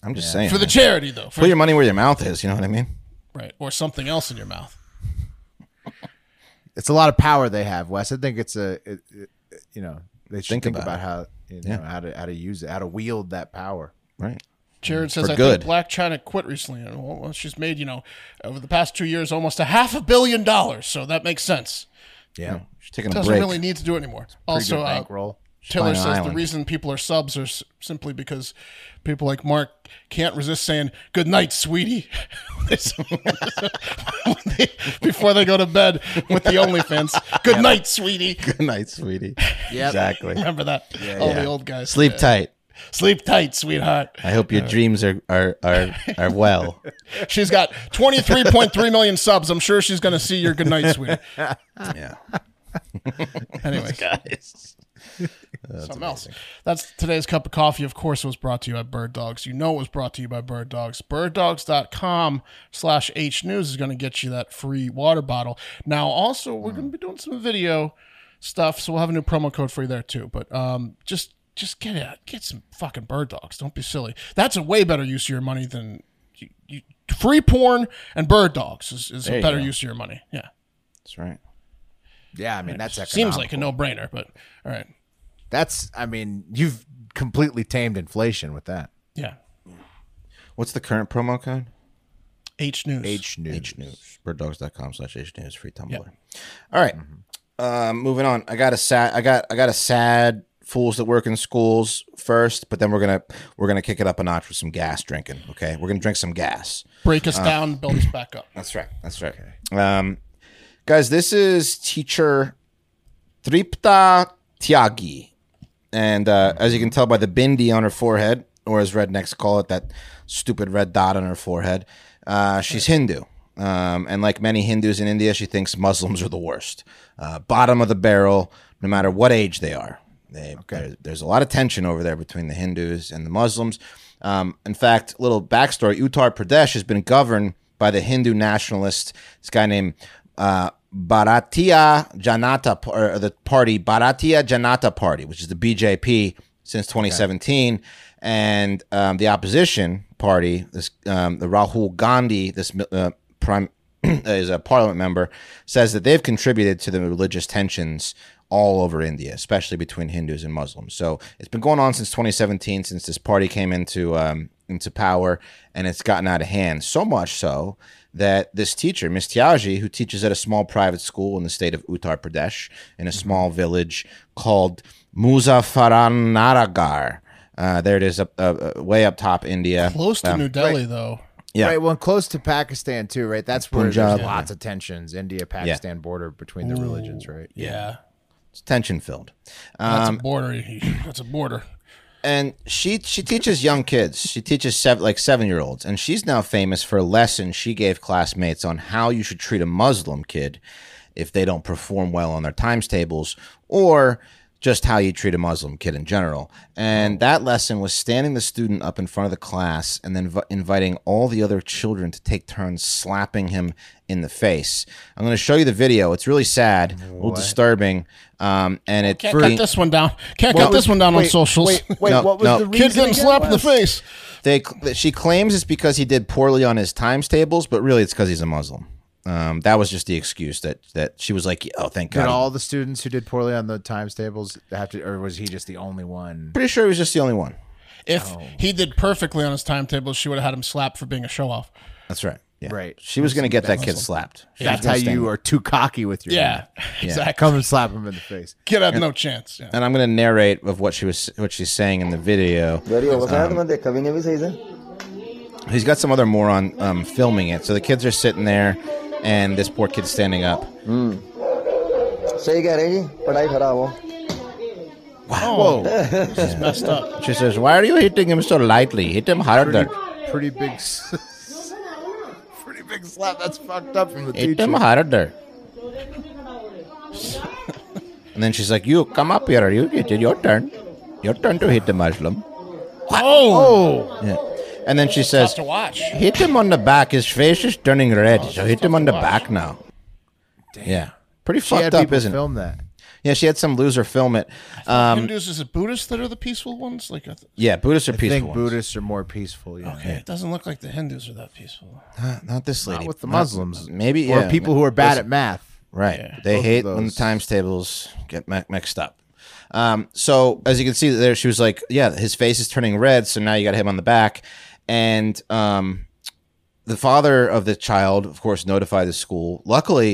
Speaker 3: I'm just saying.
Speaker 2: For the charity though. For,
Speaker 3: Put your money where your mouth is. You know what I mean?
Speaker 2: right. Or something else in your mouth.
Speaker 1: It's a lot of power they have, Wes. I think it's a, it, it- you know, they should
Speaker 3: Think
Speaker 1: think,
Speaker 3: about
Speaker 1: about,
Speaker 3: it.
Speaker 1: how you know how to how to use it, how to wield that power.
Speaker 3: Right.
Speaker 2: Jared says,
Speaker 3: Mm, For
Speaker 2: "I
Speaker 3: good.
Speaker 2: think Black China quit recently, and well, well, she's made you know over the past two years almost a half a billion dollars, so that makes sense.
Speaker 1: Yeah,
Speaker 3: She's taking a
Speaker 2: Doesn't
Speaker 3: break.
Speaker 2: really need to do it anymore. Also, uh,
Speaker 1: bankroll.
Speaker 2: Tiller
Speaker 3: buying an
Speaker 2: says the
Speaker 3: island.
Speaker 2: reason people are subs are s- simply because people like Mark can't resist saying "Good night, sweetie" [laughs] before they go to bed with the OnlyFans. Good night, sweetie.
Speaker 3: Good night, [laughs] sweetie. Exactly. [laughs]
Speaker 2: Remember that? All
Speaker 3: Yeah.
Speaker 2: the old guys.
Speaker 3: Sleep
Speaker 2: Yeah.
Speaker 3: tight.
Speaker 2: Sleep tight, sweetheart.
Speaker 3: I hope your dreams are are are, are [laughs] well.
Speaker 2: She's got 23.3 million subs. I'm sure she's going to see your goodnight, sweetie.
Speaker 3: [laughs] yeah.
Speaker 2: Anyway,
Speaker 3: Guys.
Speaker 2: something else. That's today's cup of coffee. Of course, was brought to you by Bird Dogs. You know it was brought to you by Bird Dogs. BirdDogs.com slash hnews is going to get you that free water bottle. Now, also, we're
Speaker 1: Hmm.
Speaker 2: going to be doing some video stuff, so we'll have a new promo code for you there, too. But um, just just get it. Get some fucking Bird Dogs. Don't be silly. That's a way better use of your money than... You, you, free porn and bird dogs is, is a
Speaker 3: you
Speaker 2: better
Speaker 3: go.
Speaker 2: use of your money. Yeah.
Speaker 3: That's right.
Speaker 1: Yeah, I mean that's
Speaker 2: Seems
Speaker 1: economical.
Speaker 2: like a no-brainer, but all right.
Speaker 1: that's. I mean you've completely tamed inflation with that.
Speaker 2: Yeah.
Speaker 3: What's the current promo code?
Speaker 2: H news.
Speaker 1: H news.
Speaker 3: H News. Birddogs.com slash H News free Tumblr. All right. Uh, moving on. I got a sad I got I got a sad fools that work in schools first, but then we're gonna we're gonna kick it up a notch with some gas drinking. Okay. We're gonna drink some gas.
Speaker 2: Break us down, build us back up.
Speaker 3: That's right. That's right. Um, guys, this is teacher Tripta Tyagi. And uh, as you can tell by the bindi on her forehead, or as rednecks call it, that stupid red dot on her forehead, uh, she's Hindu. Um, and like many Hindus in India, she thinks Muslims are the worst. Uh, bottom of the barrel, no matter what age they are. They, there- there's a lot of tension over there between the Hindus and the Muslims. Um, in fact, little backstory Uttar Pradesh has been governed by the Hindu nationalist, this guy named uh, Bharatiya Janata or the party Bharatiya Janata Party, which is the BJP since 2017, and um, the opposition party, this um, the Rahul Gandhi, this uh, prime [clears throat] is a parliament member, says that they've contributed to the religious tensions all over India, especially between Hindus and Muslims. So it's been going on since 2017, since this party came into um, into power, and it's gotten out of hand. So much so that this teacher, Miss Tiaji, who teaches at a small private school in the state of Uttar Pradesh, in
Speaker 2: Mm-hmm.
Speaker 3: a small village called Muzaffaranagar. Uh, there it is, up, uh, uh, way up top, India.
Speaker 2: Close to
Speaker 3: Um,
Speaker 2: New Delhi, though.
Speaker 3: Yeah.
Speaker 1: Right, well, and close to Pakistan too, right? That's where
Speaker 3: Punjab.
Speaker 1: there's lots of tensions, India-Pakistan border between the religions, right?
Speaker 2: Yeah.
Speaker 3: It's tension filled.
Speaker 2: That's a border. That's a border.
Speaker 3: and she she teaches young kids. She teaches seven, like seven year olds, and she's now famous for a lesson she gave classmates on how you should treat a Muslim kid if they don't perform well on their times tables, or just how you treat a Muslim kid in general. And that lesson was standing the student up in front of the class and then v- inviting all the other children to take turns slapping him in the face. I'm going to show you the video. It's really sad, a little disturbing, um, and it
Speaker 2: Can't cut this one down. Can't cut this one down on socials.
Speaker 1: Wait, wait,
Speaker 3: No,
Speaker 1: what was
Speaker 3: no.
Speaker 1: the reason?
Speaker 2: [laughs] Kid getting
Speaker 1: again,
Speaker 2: slapped in the
Speaker 1: Wes?
Speaker 2: face.
Speaker 3: They she claims it's because he did poorly on his times tables, but really it's because he's a Muslim. Um, that was just the excuse that that she was like, "Oh, thank
Speaker 1: Did
Speaker 3: God."
Speaker 1: all the students who did poorly on the times tables have to, or was he just the only one?
Speaker 3: Pretty sure he was just the only one.
Speaker 2: If he did perfectly on his timetable, she would have had him slapped for being a show off.
Speaker 3: That's right. Yeah.
Speaker 1: Right.
Speaker 3: She was gonna get that kid slapped. She was
Speaker 1: That's how
Speaker 3: gonna stand-
Speaker 1: you are too cocky with your.
Speaker 2: Yeah. Exactly.
Speaker 1: Come and slap him in the face.
Speaker 2: Kid had no chance. Yeah.
Speaker 3: And I'm gonna narrate of what she was what she's saying in the video. Um,
Speaker 7: very oversize मत देख कभी ने भी सही से
Speaker 3: He's got some other moron um, filming it. So the kids are sitting there, and this poor kid's standing up.
Speaker 7: सही कह रहे हैं जी पढ़ाई खराब हो
Speaker 2: Oh.
Speaker 3: Whoa!
Speaker 2: Messed up.
Speaker 3: she says, "Why are you hitting him so lightly? Hit him harder.
Speaker 1: Pretty big. [laughs] s- pretty big slap. That's fucked up from the
Speaker 3: Hit him
Speaker 1: teacher.
Speaker 3: harder." And then she's like, "You come up here. You it is your turn." Your turn to hit the Muslim.
Speaker 2: Oh,
Speaker 3: Yeah. And then she says,
Speaker 2: to watch.
Speaker 3: Hit him on the back. His face is turning red. so hit him on the back now. Yeah. Pretty
Speaker 1: She had
Speaker 3: fucked up,
Speaker 1: people
Speaker 3: isn't
Speaker 1: film that.
Speaker 3: it? Yeah, she had some loser film it. Um,
Speaker 2: Hindus is it Buddhists that are the peaceful ones? Like, I th-
Speaker 3: yeah, Buddhists are
Speaker 1: I
Speaker 3: peaceful.
Speaker 1: think
Speaker 3: ones.
Speaker 1: Buddhists are more peaceful. Yeah.
Speaker 2: okay, it doesn't look like the Hindus are that peaceful.
Speaker 3: Not this lady.
Speaker 1: Not with the
Speaker 3: Not-
Speaker 1: Muslims.
Speaker 3: maybe
Speaker 1: or
Speaker 3: yeah,
Speaker 1: people who are bad at math.
Speaker 3: Right. They
Speaker 1: both of
Speaker 3: hate when the
Speaker 1: those.
Speaker 3: times tables get mi- mixed up. Um, so as you can see there, she was like, yeah, his face is turning red. So now you got to hit him on the back. And, um, the father of the child, of course, notified the school. Luckily,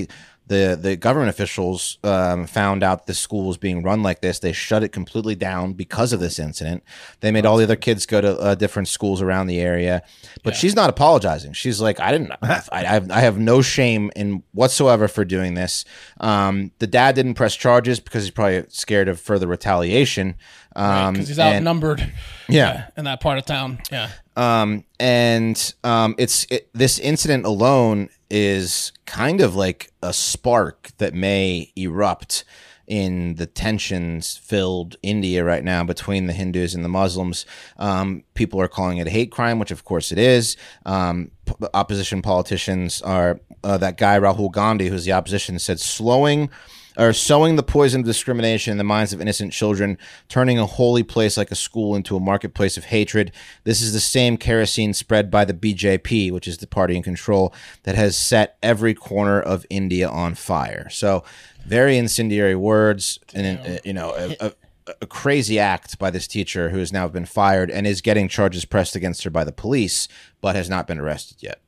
Speaker 3: the, the government officials um, found out the school was being run like this. They shut it completely down because of this incident. They made all the other kids go to uh, different schools around the area. But she's not apologizing. She's like, I didn't. I, I, have, I have no shame in whatsoever for doing this. Um, the dad didn't press charges because he's probably scared of further retaliation. Um,
Speaker 2: Because he's
Speaker 3: and-
Speaker 2: outnumbered
Speaker 3: yeah.
Speaker 2: in that part of town. Yeah.
Speaker 3: Um, and um, it's it, this incident alone is kind of like a spark that may erupt in the tensions filled India right now between the Hindus and the Muslims. Um, people are calling it a hate crime, which of course it is. Um, p- opposition politicians are uh, that guy Rahul Gandhi, who's the opposition, said slowing or sowing the poison of discrimination in the minds of innocent children, turning a holy place like a school into a marketplace of hatred. This is the same kerosene spread by the BJP, which is the party in control, that has set every corner of India on fire. So, very incendiary words, and uh, you know, a, a, a crazy act by this teacher who has now been fired and is getting charges pressed against her by the police, but has not been arrested yet.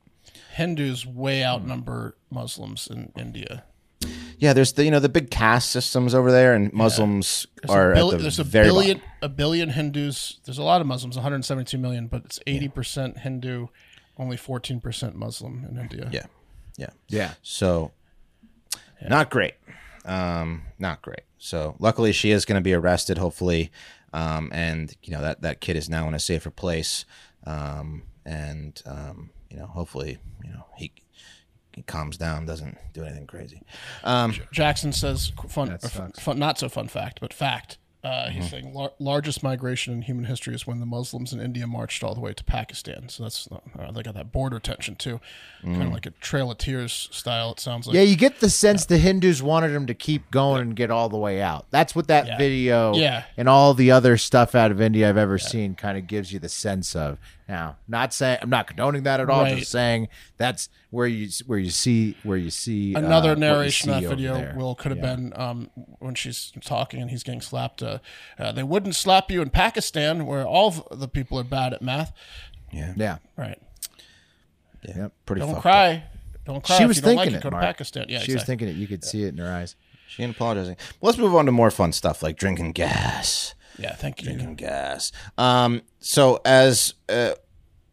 Speaker 2: Hindus way outnumber Muslims in India.
Speaker 3: Yeah, there's the you know the big caste systems over there, and Muslims
Speaker 2: There's
Speaker 3: are
Speaker 2: a billi-
Speaker 3: at the
Speaker 2: there's a
Speaker 3: very bottom.
Speaker 2: billion a billion Hindus. There's a lot of Muslims, 172 million, but it's 80 percent Hindu, only 14 percent Muslim in India.
Speaker 3: Yeah. Yeah.
Speaker 1: Yeah.
Speaker 3: So not great. Um, not great. So luckily she is going to be arrested, hopefully. Um, and you know, that, that kid is now in a safer place. Um, and, um, you know, hopefully, you know, he, he calms down, doesn't do anything crazy. Um,
Speaker 2: Jackson says qu- fun, or fun, fun not so fun fact, but fact. Uh,
Speaker 3: Mm-hmm.
Speaker 2: he's saying lar- largest migration in human history is when the Muslims in India marched all the way to Pakistan. So that's uh, they got that border tension too,
Speaker 3: Mm.
Speaker 2: kind of like a Trail of Tears style. It sounds like
Speaker 1: Yeah, you get the sense the Hindus wanted him to keep going and get all the way out. That's what that
Speaker 2: Yeah.
Speaker 1: video
Speaker 2: Yeah.
Speaker 1: and all the other stuff out of India I've ever seen kind of gives you the sense of. Now, not saying I'm not condoning that at all.
Speaker 2: Right.
Speaker 1: Just saying that's where you where you see where you see uh,
Speaker 2: another
Speaker 1: what you
Speaker 2: narration of
Speaker 1: see
Speaker 2: that
Speaker 1: over
Speaker 2: video
Speaker 1: there.
Speaker 2: will could have been um, when she's talking and he's getting slapped uh, uh, they wouldn't slap you in pakistan where all of the people are bad at math
Speaker 1: yeah.
Speaker 2: right
Speaker 3: Yeah. Pretty
Speaker 2: don't
Speaker 3: fucked up.
Speaker 2: cry don't cry
Speaker 1: She
Speaker 2: if
Speaker 1: was
Speaker 2: you don't
Speaker 1: thinking
Speaker 2: like it,
Speaker 1: it.
Speaker 2: go to
Speaker 1: Mark.
Speaker 2: pakistan yeah
Speaker 1: she was thinking it. You could see it in her eyes.
Speaker 3: She ain't apologizing. Well, let's move on to more fun stuff like drinking gas.
Speaker 2: yeah thank you
Speaker 3: Drinking gas. Um, so as uh,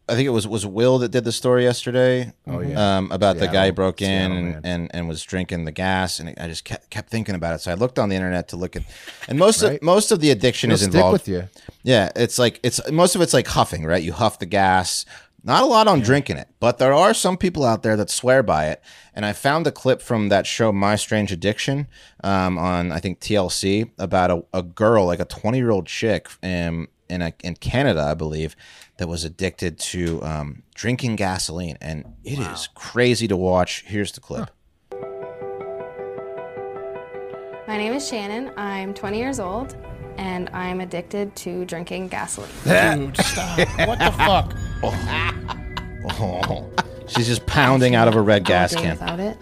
Speaker 3: I think it was was Will that did the story yesterday. Oh yeah. Um, about the guy who broke in
Speaker 1: Seattle,
Speaker 3: and,
Speaker 1: man.
Speaker 3: and and was drinking the gas, and I just kept, kept thinking about it. So I looked on the internet to look at, and most of most of the addiction
Speaker 1: It'll
Speaker 3: is
Speaker 1: stick
Speaker 3: involved
Speaker 1: with you.
Speaker 3: Yeah, it's like it's most of it's like huffing, right? You huff the gas. Not a lot on drinking it, but there are some people out there that swear by it. And I found a clip from that show, My Strange Addiction, um, on I think TLC about a, a girl, like a twenty year old chick, um, in a, in Canada, I believe, that was addicted to um, drinking gasoline, and it is crazy to watch. Here's the clip.
Speaker 8: My name is Shannon. I'm 20 years old, and I'm addicted to drinking gasoline.
Speaker 2: dude stop what the fuck
Speaker 3: Oh, [laughs] she's just pounding out of a red gas
Speaker 8: all day
Speaker 3: can.
Speaker 8: without it.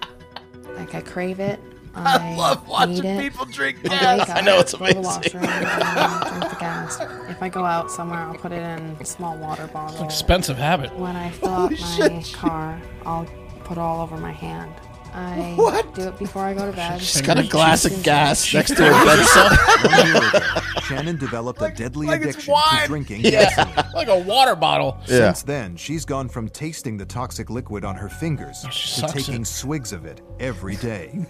Speaker 8: Like I
Speaker 3: [laughs]
Speaker 8: crave it. I, love watching need people drink gas. I,
Speaker 3: know, it's
Speaker 8: Go to the washroom, and drink the gas. If I go out somewhere, I'll put it in a small water bottle.
Speaker 2: expensive habit
Speaker 8: when I fill up my car, I'll put all over my hand. I
Speaker 3: What?
Speaker 8: do it before I go to bed.
Speaker 3: She's got a glass
Speaker 2: [laughs]
Speaker 3: of gas next to her bedside.
Speaker 9: One year ago, Shannon developed a deadly addiction to drinking gasoline.
Speaker 2: like a water bottle
Speaker 9: Since then, she's gone from tasting the toxic liquid on her fingers
Speaker 2: she
Speaker 9: to
Speaker 2: sucks
Speaker 9: taking
Speaker 2: it.
Speaker 9: swigs of it every day.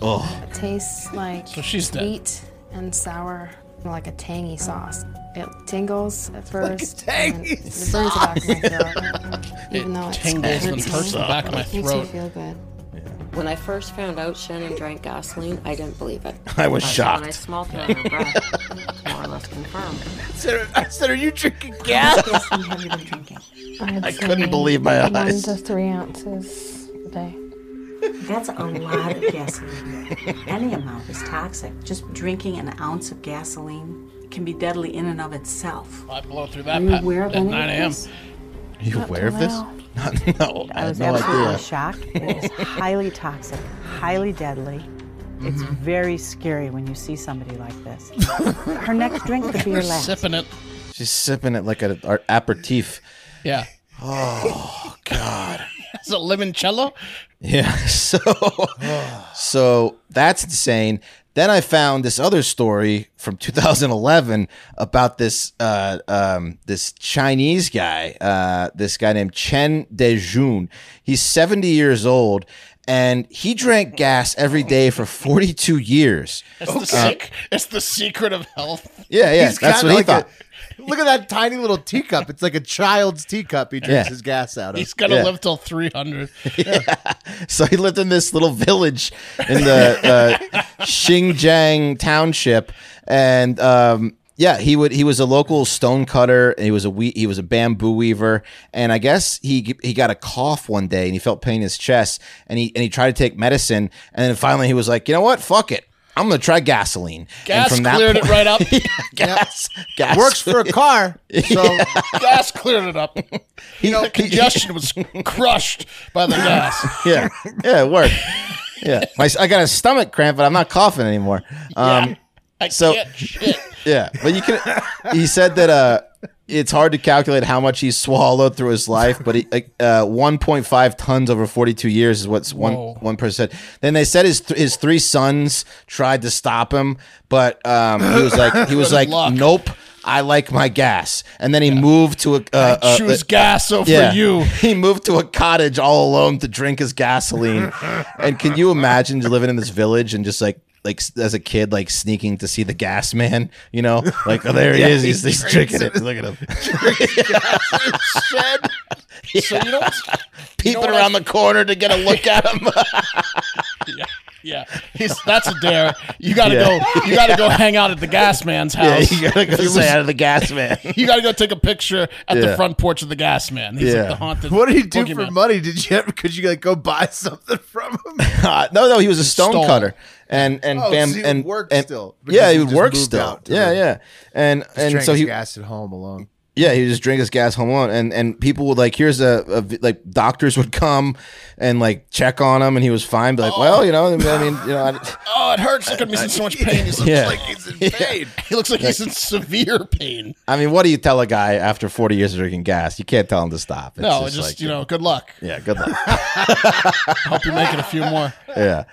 Speaker 8: It tastes like
Speaker 2: she's dead.
Speaker 8: sweet and sour, like a tangy sauce. It tingles at first.
Speaker 3: tangy
Speaker 8: and It burns the back of my throat. even
Speaker 2: it
Speaker 8: though it's
Speaker 2: tingles and
Speaker 8: [laughs] hurts
Speaker 10: [laughs]
Speaker 2: hurts
Speaker 8: me.
Speaker 2: the back of my
Speaker 8: Makes me
Speaker 2: throat
Speaker 8: feel good.
Speaker 11: When I first found out Shannon drank gasoline, I didn't believe it.
Speaker 3: [laughs] I was
Speaker 11: But
Speaker 3: shocked.
Speaker 11: When I smelled it on her breath, it more or less confirmed.
Speaker 3: I said, "Are you drinking gas?"
Speaker 11: yes, I'm heavy with drinking.
Speaker 3: I couldn't believe my
Speaker 8: One
Speaker 3: eyes.
Speaker 8: to three ounces a day.
Speaker 10: That's a lot of gasoline. Any amount is toxic. Just drinking an ounce of gasoline can be deadly in and of itself.
Speaker 2: I blow through that
Speaker 10: Are you
Speaker 2: pat-
Speaker 10: aware of
Speaker 2: at
Speaker 10: any
Speaker 2: 9 a.m.
Speaker 10: this?
Speaker 3: Are you aware of this? [laughs] no, I,
Speaker 10: I
Speaker 3: had
Speaker 10: was
Speaker 3: no
Speaker 10: absolutely
Speaker 3: idea.
Speaker 10: shocked. It is highly toxic, highly deadly. It's very scary when you see somebody like this. Her next drink could be her last.
Speaker 2: Sipping it.
Speaker 3: She's sipping it like an aperitif. [laughs]
Speaker 2: Yeah.
Speaker 3: Oh God.
Speaker 2: [laughs] It's a limoncello.
Speaker 3: Yeah.
Speaker 1: [sighs]
Speaker 3: So so that's insane. Then I found this other story from 2011 about this uh, um, this Chinese guy, uh, this guy named Chen Dejun. He's 70 years old, and he drank gas every day for 42 years.
Speaker 2: It's,
Speaker 3: Uh,
Speaker 2: the sec- it's the secret of health.
Speaker 3: yeah, yeah,
Speaker 1: He's
Speaker 3: that's
Speaker 1: got
Speaker 3: what he
Speaker 1: like
Speaker 3: thought.
Speaker 1: a- look at that tiny little teacup. It's like a child's teacup. He drinks
Speaker 3: Yeah.
Speaker 1: his gas out of.
Speaker 2: He's gonna
Speaker 3: Yeah.
Speaker 2: live till 300.
Speaker 3: [laughs] So he lived in this little village in the uh, Xinjiang township, and um, yeah, he would he was a local stone cutter. And he was a we- he was a bamboo weaver, and I guess he he got a cough one day and he felt pain in his chest, and he and he tried to take medicine, and then finally he was like, you know what, fuck it. I'm gonna try gasoline.
Speaker 2: Gas cleared it right up.
Speaker 3: [laughs] Yeah, gas, gas
Speaker 1: Works for a
Speaker 3: [laughs]
Speaker 1: car. So
Speaker 2: gas cleared it up.
Speaker 3: He-
Speaker 2: You know,
Speaker 3: he-
Speaker 2: congestion was crushed by the gas.
Speaker 3: yeah, yeah, it worked. Yeah, my, I got a stomach cramp, but I'm not coughing anymore. [laughs] Um,
Speaker 2: I
Speaker 3: So-
Speaker 2: can't shit.
Speaker 3: Yeah, but you can. he said that uh, it's hard to calculate how much he's swallowed through his life, but he, like, uh, 1.5 tons over 42 years is what's one
Speaker 2: Whoa.
Speaker 3: one person said. Then they said his th- his three sons tried to stop him, but um, he was like he was
Speaker 2: [laughs] Good
Speaker 3: like
Speaker 2: luck.
Speaker 3: nope. I like my gas, and then he moved to a. Uh, uh,
Speaker 2: choose gas over you.
Speaker 3: [laughs] He moved to a cottage all alone to drink his gasoline, and can you imagine living in this village and just like like s- as a kid like sneaking to see the gas man? You know, like oh, there he
Speaker 2: Yeah,
Speaker 3: is,
Speaker 2: he
Speaker 3: he's, he's
Speaker 2: drinks
Speaker 3: drinking it.
Speaker 2: it.
Speaker 3: Look at him
Speaker 2: Shit. So you know what's
Speaker 3: peeping
Speaker 2: what
Speaker 3: around
Speaker 2: I-
Speaker 3: the corner to get a look at him.
Speaker 2: [laughs] Yeah, he's that's a dare. You gotta
Speaker 3: Yeah.
Speaker 2: go. You gotta go hang out at the gas man's
Speaker 3: [laughs] yeah,
Speaker 2: house.
Speaker 3: you gotta go
Speaker 2: If you
Speaker 3: say
Speaker 2: was-
Speaker 3: out of the gas man.
Speaker 2: you gotta go take a picture at
Speaker 3: Yeah.
Speaker 2: the front porch of the gas man. He's
Speaker 3: Yeah.
Speaker 2: like the haunted.
Speaker 1: what did he do for
Speaker 2: boogeyman.
Speaker 1: money? Did you ever, could you like go buy something from him?
Speaker 3: Uh, no, no, he was a stone
Speaker 1: Stole.
Speaker 3: cutter, and and
Speaker 1: Oh,
Speaker 3: bam,
Speaker 1: so he would
Speaker 3: and
Speaker 1: work
Speaker 3: and-
Speaker 1: still, because
Speaker 3: Yeah,
Speaker 1: he
Speaker 3: he would
Speaker 1: just
Speaker 3: work
Speaker 1: moved
Speaker 3: still.
Speaker 1: out to
Speaker 3: Yeah,
Speaker 1: the-
Speaker 3: yeah, and
Speaker 1: Just
Speaker 3: and
Speaker 1: drank
Speaker 3: so
Speaker 1: his
Speaker 3: he
Speaker 1: gas at home alone.
Speaker 3: Yeah, he would just drink his gas home alone, and and people would like here's a, a vi- like doctors would come and like check on him, and he was fine. Be like, well, you know, I mean, you know, I,
Speaker 2: Oh, it hurts. Look at me. He's in so much pain. He's
Speaker 3: Yeah.
Speaker 2: like he's in pain. He looks like
Speaker 3: [laughs]
Speaker 2: he's in severe pain.
Speaker 3: I mean, what do you tell a guy after forty years of drinking gas? You can't tell him to stop. It's
Speaker 2: no, just, you know, good luck.
Speaker 3: yeah, good luck.
Speaker 2: [laughs] Hope you make it a few more. Um,
Speaker 3: yeah,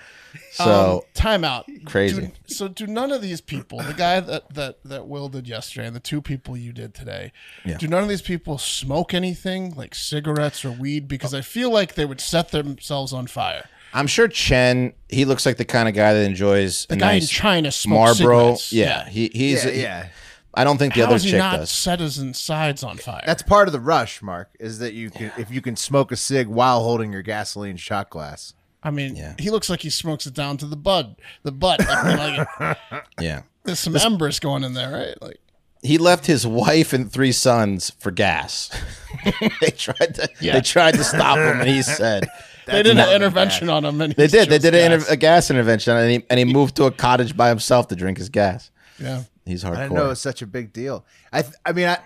Speaker 3: so
Speaker 2: timeout.
Speaker 3: Crazy.
Speaker 2: Do- so do none of these people, the guy that that that Will did yesterday, and the two people you did today,
Speaker 3: Yeah.
Speaker 2: do none of these people smoke anything like cigarettes or weed? Because I feel like they would set themselves on fire.
Speaker 3: I'm sure Chen. He looks like the kind of guy that enjoys
Speaker 2: The
Speaker 3: a
Speaker 2: guy in
Speaker 3: nice
Speaker 2: China smokes
Speaker 3: Marlboro.
Speaker 2: cigarettes.
Speaker 3: Yeah,
Speaker 2: Yeah.
Speaker 3: he he's
Speaker 1: Yeah,
Speaker 3: he-
Speaker 1: yeah.
Speaker 3: I don't think the
Speaker 2: How
Speaker 3: other
Speaker 2: has he
Speaker 3: chick
Speaker 2: not
Speaker 3: does.
Speaker 2: set his insides on fire?
Speaker 1: That's part of the rush, Mark. Is that you can if you can smoke a cig while holding your gasoline shot glass.
Speaker 2: I mean,
Speaker 3: Yeah.
Speaker 2: he looks like he smokes it down to the bud, the butt.
Speaker 3: [laughs]
Speaker 2: I mean, like,
Speaker 3: Yeah,
Speaker 2: there's some embers going in there, right? Like,
Speaker 3: he left his wife and three sons
Speaker 2: [laughs]
Speaker 3: for gas. [laughs] they tried to they tried to stop him,
Speaker 2: [laughs]
Speaker 3: and he said
Speaker 2: they did an intervention on him, and he
Speaker 3: they did. They
Speaker 2: chose
Speaker 3: did
Speaker 2: gas.
Speaker 3: an inter- a gas intervention, and he and he moved to a cottage by himself to drink his gas.
Speaker 2: yeah.
Speaker 3: He's hardcore.
Speaker 1: I didn't know it was such a big deal. I th- I mean I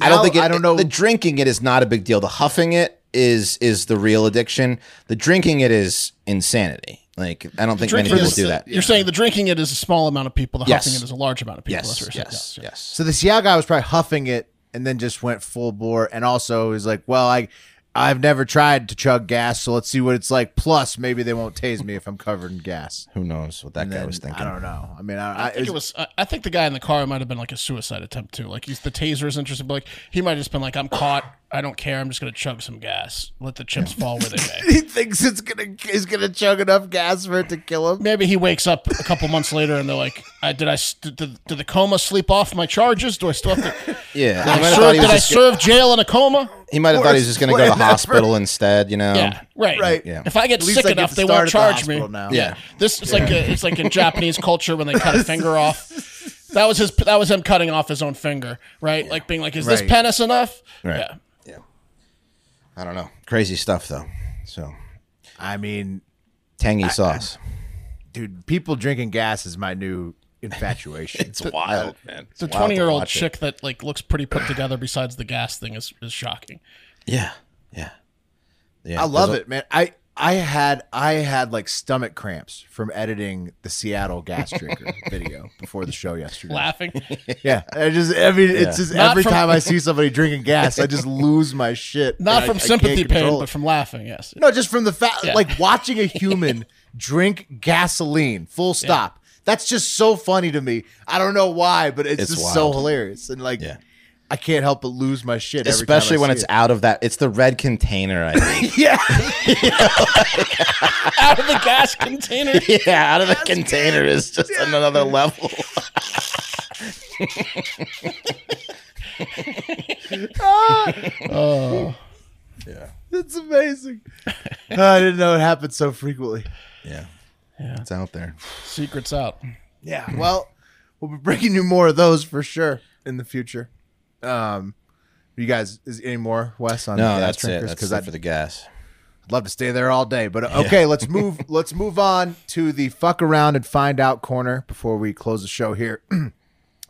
Speaker 3: I don't
Speaker 1: now
Speaker 3: think it,
Speaker 1: I don't know.
Speaker 3: the drinking it is not a big deal. The huffing it is is the real addiction. The drinking it is insanity. Like I don't think many
Speaker 2: Drinking
Speaker 3: people
Speaker 2: is-
Speaker 3: do that.
Speaker 2: You're saying the drinking it is a small amount of people, the
Speaker 3: Yes.
Speaker 2: huffing it is a large amount of people. That's
Speaker 3: Yes,
Speaker 2: what you're saying.
Speaker 3: yes, yes.
Speaker 1: So this Yao guy was probably huffing it and then just went full bore and also was like, Well, I I've never tried to chug gas, so let's see what it's like. Plus, maybe they won't tase me if I'm covered in gas.
Speaker 3: [laughs] Who knows what that
Speaker 1: And
Speaker 3: guy
Speaker 1: then,
Speaker 3: was thinking?
Speaker 1: I don't know. I mean, I, I,
Speaker 2: I think it was. I- I think the guy in the car might have been like a suicide attempt too. Like he's the taser is interested, but like he might have just been like, "I'm caught. I don't care. I'm just going to chug some gas. Let the chips fall where they may.
Speaker 3: [laughs]
Speaker 1: he thinks it's gonna he's gonna chug enough gas for it to kill him.
Speaker 2: Maybe he wakes up a couple months later and they're like, I, "Did I s- did, did did the coma sleep off my charges? Do I still have
Speaker 3: [laughs]
Speaker 2: to?
Speaker 1: [laughs]
Speaker 2: did
Speaker 3: Yeah, he might
Speaker 2: I
Speaker 3: have
Speaker 2: serve,
Speaker 3: thought he
Speaker 2: did
Speaker 3: was
Speaker 2: I
Speaker 3: just
Speaker 2: serve jail in a coma?
Speaker 3: He might have thought he was just going to go
Speaker 2: Worst
Speaker 3: to the
Speaker 2: plan
Speaker 3: hospital
Speaker 2: ever.
Speaker 3: instead, you know?
Speaker 1: Um,
Speaker 2: Yeah, right.
Speaker 3: Right.
Speaker 2: Yeah. If I get
Speaker 1: At least
Speaker 2: sick
Speaker 1: I get
Speaker 2: enough,
Speaker 1: to
Speaker 2: they
Speaker 1: start
Speaker 2: won't
Speaker 1: at the
Speaker 2: charge me.
Speaker 1: hospital now.
Speaker 3: Yeah.
Speaker 2: This is like a, it's
Speaker 1: [laughs]
Speaker 2: like in Japanese culture when they cut a finger off. That was his. That was him cutting off his own finger, right? Like being like, "Is
Speaker 3: Right.
Speaker 2: this penis enough?"
Speaker 3: Right.
Speaker 2: Yeah.
Speaker 3: I don't know. Crazy stuff, though. So,
Speaker 1: I mean,
Speaker 3: tangy sauce.
Speaker 1: dude, people drinking gas is my new
Speaker 3: [laughs]
Speaker 1: infatuation. Oh, it's
Speaker 3: wild, man.
Speaker 2: The twenty-year-old chick that like looks pretty put together. Besides the gas thing, is is shocking.
Speaker 3: Yeah. Yeah. Yeah.
Speaker 1: I love
Speaker 3: There's a-
Speaker 1: it, man. I I had I had like stomach cramps from editing the Seattle gas
Speaker 3: [laughs]
Speaker 1: drinker video before the show yesterday.
Speaker 2: Laughing.
Speaker 1: [laughs] Yeah, I just I mean
Speaker 2: Yeah.
Speaker 1: it's just
Speaker 2: Not
Speaker 1: every
Speaker 2: from-
Speaker 1: time
Speaker 2: [laughs]
Speaker 1: I see somebody drinking gas, I just lose my shit. and
Speaker 2: Not
Speaker 1: I-
Speaker 2: from
Speaker 1: I can't
Speaker 2: sympathy pain,
Speaker 1: control it.
Speaker 2: but from laughing. Yes. [laughs]
Speaker 1: No, just from the fact,
Speaker 2: Yeah.
Speaker 1: like watching a
Speaker 2: [laughs]
Speaker 1: human drink gasoline, full stop. That's just so funny to me. I don't know why, but it's,
Speaker 3: It's
Speaker 1: just so
Speaker 3: wild.
Speaker 1: hilarious. And like, I can't help but lose my shit. every time I
Speaker 3: Especially when
Speaker 1: see
Speaker 3: it's
Speaker 1: it.
Speaker 3: out of that. It's the red container,
Speaker 1: [laughs]
Speaker 3: I think.
Speaker 1: yeah.
Speaker 2: out of the gas container.
Speaker 1: [laughs]
Speaker 3: yeah, out of the container is just on another level.
Speaker 1: oh.
Speaker 3: Yeah.
Speaker 1: That's amazing. [laughs] I didn't know it happened so frequently.
Speaker 3: Yeah.
Speaker 2: Yeah.
Speaker 3: It's out there.
Speaker 2: Secrets out.
Speaker 3: Hmm.
Speaker 1: Yeah. Well, we'll be bringing you more of those for sure in the future. Um, you guys, is any more Wes on
Speaker 3: No,
Speaker 1: the gas
Speaker 3: that's it.
Speaker 1: drinkers?
Speaker 3: That's it
Speaker 1: I'd-
Speaker 3: for the gas.
Speaker 1: I'd love to stay there all day, but uh, okay, let's
Speaker 3: [laughs]
Speaker 1: move. Let's move on to the fuck around and find out corner before we close the show here.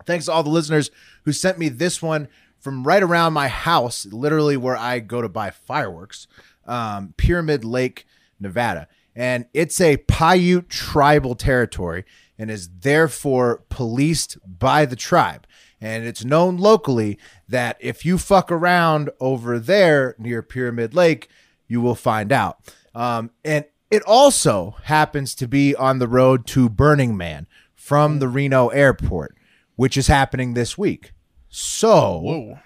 Speaker 1: Thanks to all the listeners who sent me this one from right around my house, literally where I go to buy fireworks, um, Pyramid Lake, Nevada, and it's a Paiute tribal territory and is therefore policed by the tribe. And it's known locally that if you fuck around over there near Pyramid Lake, you will find out. Um, and it also happens to be on the road to Burning Man from the Reno airport, which is happening this week. So,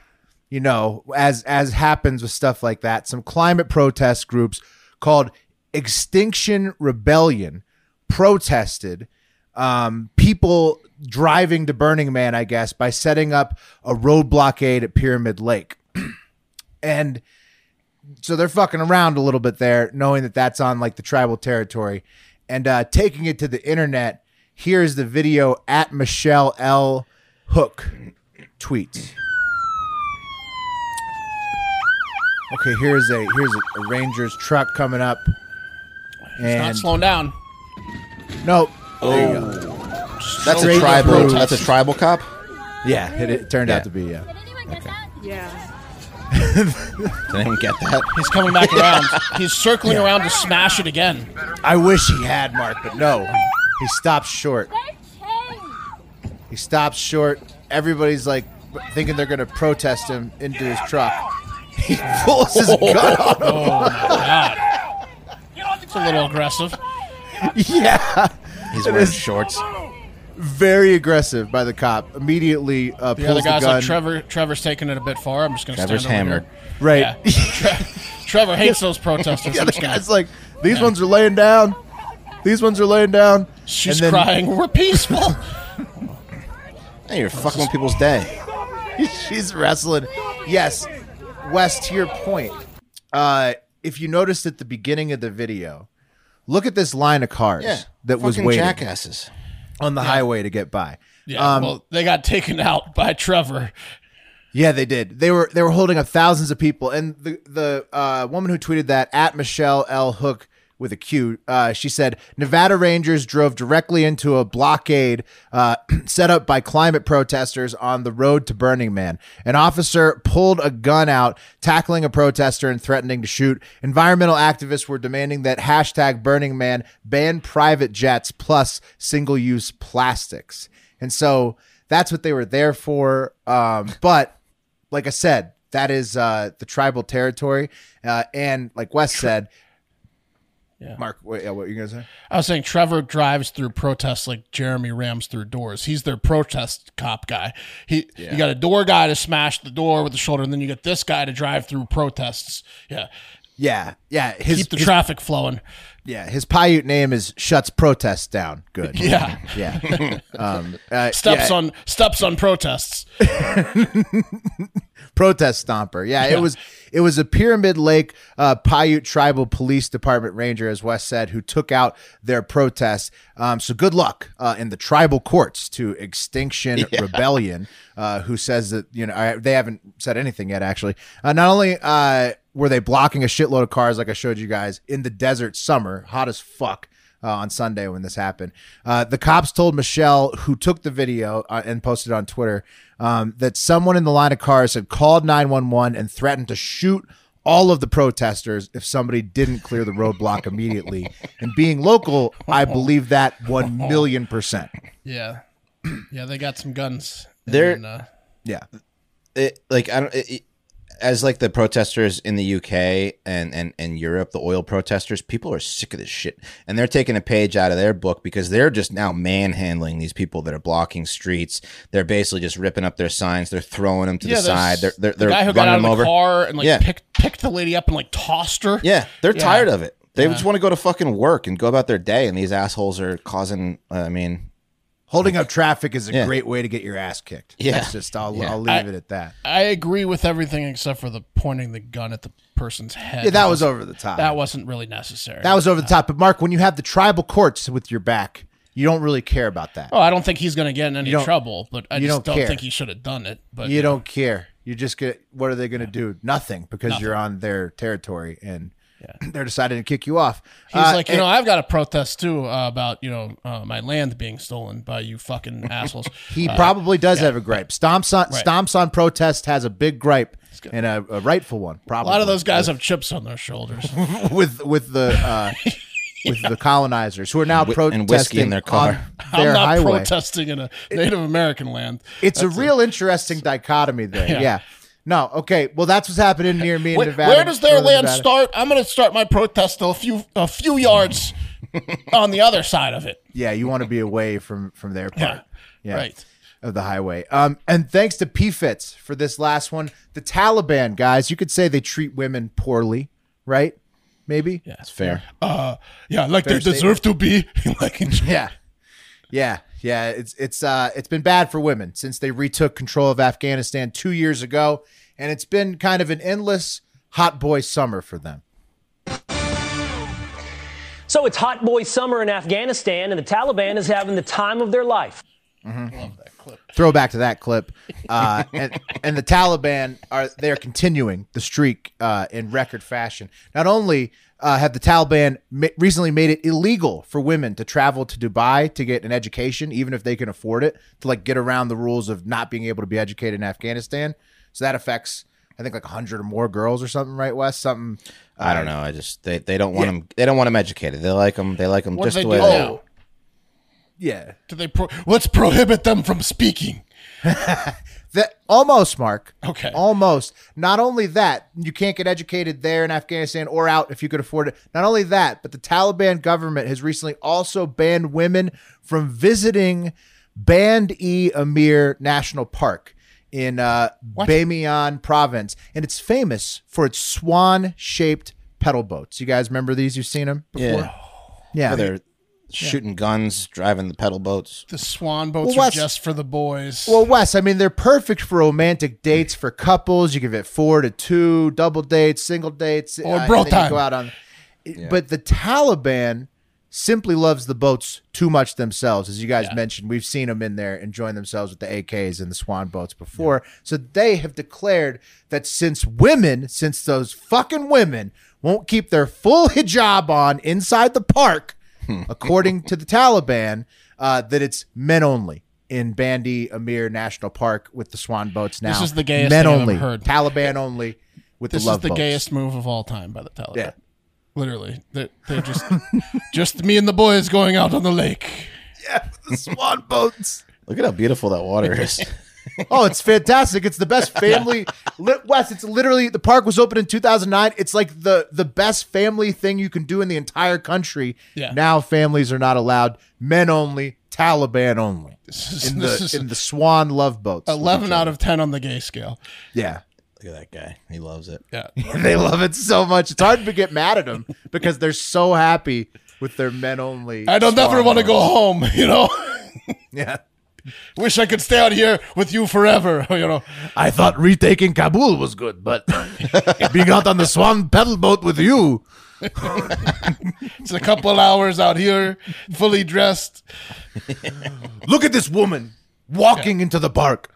Speaker 1: you know, as as happens with stuff like that, some climate protest groups called Extinction Rebellion protested um, people driving to Burning Man, I guess, by setting up a road blockade at Pyramid Lake. [clears throat] and so they're fucking around a little bit there, knowing that that's on like the tribal territory, and uh, taking it to the internet. Here is the video at Michelle L. Hook tweets. Okay, here's a here's a, a Rangers truck coming up.
Speaker 2: It's not
Speaker 1: And
Speaker 2: slowing down.
Speaker 1: no, there you
Speaker 3: Oh.
Speaker 1: go.
Speaker 3: That's a
Speaker 1: Straight
Speaker 3: tribal.
Speaker 1: protest.
Speaker 3: That's a tribal cop.
Speaker 1: Yeah, it, it turned
Speaker 3: Yeah.
Speaker 1: out to be yeah.
Speaker 12: Yeah.
Speaker 3: Did anyone get that?
Speaker 2: [laughs] He's coming back around. He's circling around to smash it again.
Speaker 1: I wish he had Mark, but no, he stops short. He stops short. Everybody's like thinking they're gonna protest him into his truck. [laughs] He pulls
Speaker 2: [laughs]
Speaker 1: his gun on him.
Speaker 2: Oh my god. It's a little aggressive.
Speaker 1: yeah.
Speaker 3: He's
Speaker 1: It
Speaker 3: wearing
Speaker 1: is
Speaker 3: shorts.
Speaker 1: Very aggressive by the cop. Immediately uh,
Speaker 2: The other
Speaker 1: pulls the,
Speaker 2: guy's
Speaker 1: gun.
Speaker 2: like Trevor. Trevor's taking it a bit far. I'm just gonna.
Speaker 3: Trevor's
Speaker 2: stand over
Speaker 3: hammered.
Speaker 2: here."
Speaker 1: Right.
Speaker 2: Yeah. Tre- Trevor hates those
Speaker 1: [laughs]
Speaker 2: protesters.
Speaker 1: the
Speaker 2: I'm [laughs]
Speaker 1: other
Speaker 2: just gonna-
Speaker 1: guy's like, these ones are laying down. These ones are laying down.
Speaker 2: she's
Speaker 1: And then-
Speaker 2: crying.
Speaker 1: [laughs]
Speaker 2: We're peaceful.
Speaker 3: Hey, you're fucking with people's day.
Speaker 1: [laughs] She's wrestling. Yes, West. To your point, uh, if you noticed at the beginning of the video, look at this line of cars
Speaker 3: Yeah,
Speaker 1: that was
Speaker 3: fucking
Speaker 1: waiting
Speaker 3: jackasses.
Speaker 1: on the highway to get by.
Speaker 2: yeah.
Speaker 1: Um,
Speaker 2: well, they got taken out by Trevor.
Speaker 1: Yeah, they did. They were they were holding up thousands of people, and the the uh, woman who tweeted that at Michelle L Hook with a Q, uh, she said Nevada Rangers drove directly into a blockade uh, [clears throat] set up by climate protesters on the road to Burning Man. An officer pulled a gun out, tackling a protester and threatening to shoot. Environmental activists were demanding that hashtag Burning Man ban private jets plus single use plastics, and so. That's what they were there for. Um, but like I said, that is uh, the tribal territory, uh, and like Wes said,
Speaker 2: Yeah.
Speaker 1: Mark, wait, yeah, what you gonna say?
Speaker 2: I was saying Trevor drives through protests like Jeremy rams through doors. He's their protest cop guy. He you got a door guy to smash the door with the shoulder, and then you got this guy to drive through protests. Yeah.
Speaker 1: Yeah, yeah.
Speaker 2: Keep the traffic flowing.
Speaker 1: Yeah, his Paiute name is shuts protests down. Good.
Speaker 2: [laughs] Yeah.
Speaker 1: yeah. Um, [laughs] uh,
Speaker 2: steps
Speaker 1: yeah.
Speaker 2: on steps on protests.
Speaker 1: protest stomper. Yeah,
Speaker 2: Yeah.
Speaker 1: it was it was a Pyramid Lake uh, Paiute Tribal Police Department ranger, as Wes said, who took out their protest. Um, so good luck uh, in the tribal courts to Extinction Rebellion, uh, who says that you know I, they haven't said anything yet. Actually, uh, not only. Uh, were they blocking a shitload of cars like I showed you guys in the desert summer, hot as fuck uh, on Sunday when this happened. Uh, the cops told Michelle, who took the video uh, and posted on Twitter, um, that someone in the line of cars had called 911 and threatened to shoot all of the protesters if somebody didn't clear the roadblock immediately. And being local, I believe that 1 million percent.
Speaker 2: Yeah. [clears throat] Yeah, they got some guns. And
Speaker 3: There-
Speaker 2: then, uh,
Speaker 1: Yeah.
Speaker 3: it, like I don't. It, it- as like the protesters in the UK and, and, and Europe, the oil protesters, people are sick of this shit. And they're taking a page out of their book because they're just now manhandling these people that are blocking streets. They're basically just ripping up their signs. They're throwing them to
Speaker 2: yeah,
Speaker 3: the side. They're,
Speaker 2: there's
Speaker 3: they're,
Speaker 2: the
Speaker 3: they're
Speaker 2: guy who
Speaker 3: running
Speaker 2: got out of
Speaker 3: them
Speaker 2: the
Speaker 3: over.
Speaker 2: car and like
Speaker 3: yeah.
Speaker 2: picked picked the lady up and like tossed her.
Speaker 3: Yeah, they're
Speaker 2: Yeah.
Speaker 3: tired of it. They
Speaker 2: Yeah.
Speaker 3: just want to go to fucking work and go about their day, and these assholes are causing. uh, I mean,
Speaker 1: Holding up traffic is a
Speaker 3: Yeah.
Speaker 1: great way to get your ass kicked.
Speaker 3: Yeah.
Speaker 1: That's just, I'll,
Speaker 3: Yeah.
Speaker 1: I'll leave
Speaker 2: I-
Speaker 1: it at that.
Speaker 2: I agree with everything except for the pointing the gun at the person's head.
Speaker 1: Yeah, that was over the top.
Speaker 2: That wasn't really necessary.
Speaker 1: That was over the top. But Mark, when you have the tribal courts with your back, you don't really care about that.
Speaker 2: Oh, I don't think he's going to get in any
Speaker 1: You don't-
Speaker 2: trouble, but I
Speaker 1: you
Speaker 2: just
Speaker 1: don't
Speaker 2: don't,
Speaker 1: care.
Speaker 2: think he should have done it. But
Speaker 1: you don't care. You just get what are they going to do? Nothing because you're on their territory and [clears throat] they're deciding to kick you off.
Speaker 2: He's
Speaker 1: Uh,
Speaker 2: like, you
Speaker 1: and-
Speaker 2: know, I've got a protest too uh, about you know uh, my land being stolen by
Speaker 1: [laughs]
Speaker 2: you fucking assholes.
Speaker 1: he
Speaker 2: Uh,
Speaker 1: probably does have a gripe. Stomps on
Speaker 2: Right.
Speaker 1: stomps on protest has a big gripe and a, a rightful one.
Speaker 2: a
Speaker 1: Probably
Speaker 2: lot of those guys have chips on
Speaker 1: [laughs]
Speaker 2: their shoulders.
Speaker 1: with with the
Speaker 2: [laughs]
Speaker 1: uh, with the colonizers who are now
Speaker 3: Whi-
Speaker 1: protesting
Speaker 3: and whiskey in their car.
Speaker 1: on their
Speaker 2: [laughs] I'm not
Speaker 1: highway.
Speaker 2: protesting in a Native American land.
Speaker 1: It's a real interesting dichotomy there. Yeah.
Speaker 2: Yeah.
Speaker 1: No, okay. Well, that's what's happening near me in
Speaker 2: Where,
Speaker 1: Nevada.
Speaker 2: where does their
Speaker 1: northern
Speaker 2: land
Speaker 1: Nevada.
Speaker 2: start? I'm going to start my protest a few a
Speaker 1: [laughs]
Speaker 2: few yards on the other side of it.
Speaker 1: Yeah, you want to be away from from their part. Yeah.
Speaker 2: Right.
Speaker 1: Of the highway. Um, and thanks to PFITs for this last one. The Taliban, guys, you could say they treat women poorly, right? Maybe? Yeah.
Speaker 3: that's fair.
Speaker 2: Uh, yeah, like
Speaker 1: Fair
Speaker 2: they deserve to be. [laughs] like,
Speaker 1: Yeah. Yeah, yeah, it's it's uh it's been bad for women since they retook control of Afghanistan 2 years ago and it's been kind of an endless hot boy summer for them.
Speaker 12: So it's hot boy summer in Afghanistan, and the Taliban is having the time of their life.
Speaker 1: Throwback to that clip. Uh, and, and the Taliban are they're continuing the streak uh, in record fashion. Not only uh, have the Taliban ma- recently made it illegal for women to travel to Dubai to get an education, even if they can afford it, to like get around the rules of not being able to be educated in Afghanistan. So that affects, I think, like hundred or more girls or something, right, Wes? Something.
Speaker 3: I don't know. I just they, they don't want them. They don't want them educated. They like them. They like them
Speaker 2: What do
Speaker 3: just
Speaker 2: they
Speaker 3: the way
Speaker 2: do Oh,
Speaker 3: they
Speaker 2: now?
Speaker 3: are.
Speaker 1: Yeah.
Speaker 2: Do they pro- let's prohibit them from speaking.
Speaker 1: That almost, Mark.
Speaker 2: Okay.
Speaker 1: Almost. Not only that, you can't get educated there in Afghanistan or out if you could afford it. Not only that, but the Taliban government has recently also banned women from visiting Band e Amir National Park in uh, Bamiyan province. And it's famous for its swan shaped pedal boats. You guys remember these? You've seen them before?
Speaker 3: Yeah.
Speaker 1: Yeah.
Speaker 3: They're shooting guns, driving the pedal boats.
Speaker 2: The swan boats
Speaker 1: Well,
Speaker 2: are
Speaker 1: Wes-
Speaker 2: just for the boys.
Speaker 1: Well, Wes, I mean, they're perfect for romantic dates for couples. You give it four to two, double dates, single dates, uh,
Speaker 2: Or
Speaker 1: and
Speaker 2: bro
Speaker 1: then you
Speaker 2: time.
Speaker 1: Go out on, but the Taliban simply loves the boats too much themselves, as you guys mentioned. We've seen them in there enjoying themselves with the AKs and the Swan boats before. So they have declared that since women, since those fucking women, won't keep their full [laughs] hijab on inside the park,
Speaker 2: Hmm. [laughs]
Speaker 1: according to the Taliban, uh, that it's men only. In Bandi Amir National Park with the swan boats now.
Speaker 2: is the gayest
Speaker 1: Men
Speaker 2: thing I've
Speaker 1: only.
Speaker 2: ever heard.
Speaker 1: Taliban only with
Speaker 2: this
Speaker 1: the love
Speaker 2: is the
Speaker 1: boats. [laughs]
Speaker 2: gayest move of all time by the Taliban.
Speaker 1: Yeah.
Speaker 2: Literally, they're, they're just [laughs] just me and the boys going out on the lake.
Speaker 1: Yeah, the swan boats.
Speaker 3: Look at how beautiful that water is.
Speaker 1: oh, it's fantastic. It's the
Speaker 2: [laughs]
Speaker 1: best family lit West. It's literally the park was open in 2009. It's like the the best family thing you can do in the entire country.
Speaker 2: Yeah.
Speaker 1: Now families are not allowed. Men only, Taliban only.
Speaker 2: is-
Speaker 1: in
Speaker 2: this
Speaker 1: the
Speaker 2: [laughs] is-
Speaker 1: in the swan love boats. with each
Speaker 2: 11 out
Speaker 1: other.
Speaker 2: of 10 on the gay scale.
Speaker 1: Yeah.
Speaker 3: Look at that guy. [laughs] He loves it.
Speaker 2: Yeah.
Speaker 1: they love it so much. It's hard to get mad at
Speaker 2: [laughs]
Speaker 1: them because they're so happy with their men only.
Speaker 2: I don't ever
Speaker 1: swan
Speaker 2: want to
Speaker 1: boats.
Speaker 2: go home, [laughs] you know?
Speaker 1: Yeah.
Speaker 2: Wish I could stay out here with you forever, [laughs] you know?
Speaker 1: I thought retaking Kabul was good,
Speaker 2: [laughs]
Speaker 1: but [laughs] being out on the swan pedal boat with you.
Speaker 2: It's a couple [laughs] hours out here, fully dressed.
Speaker 1: Look at this woman walking into the park.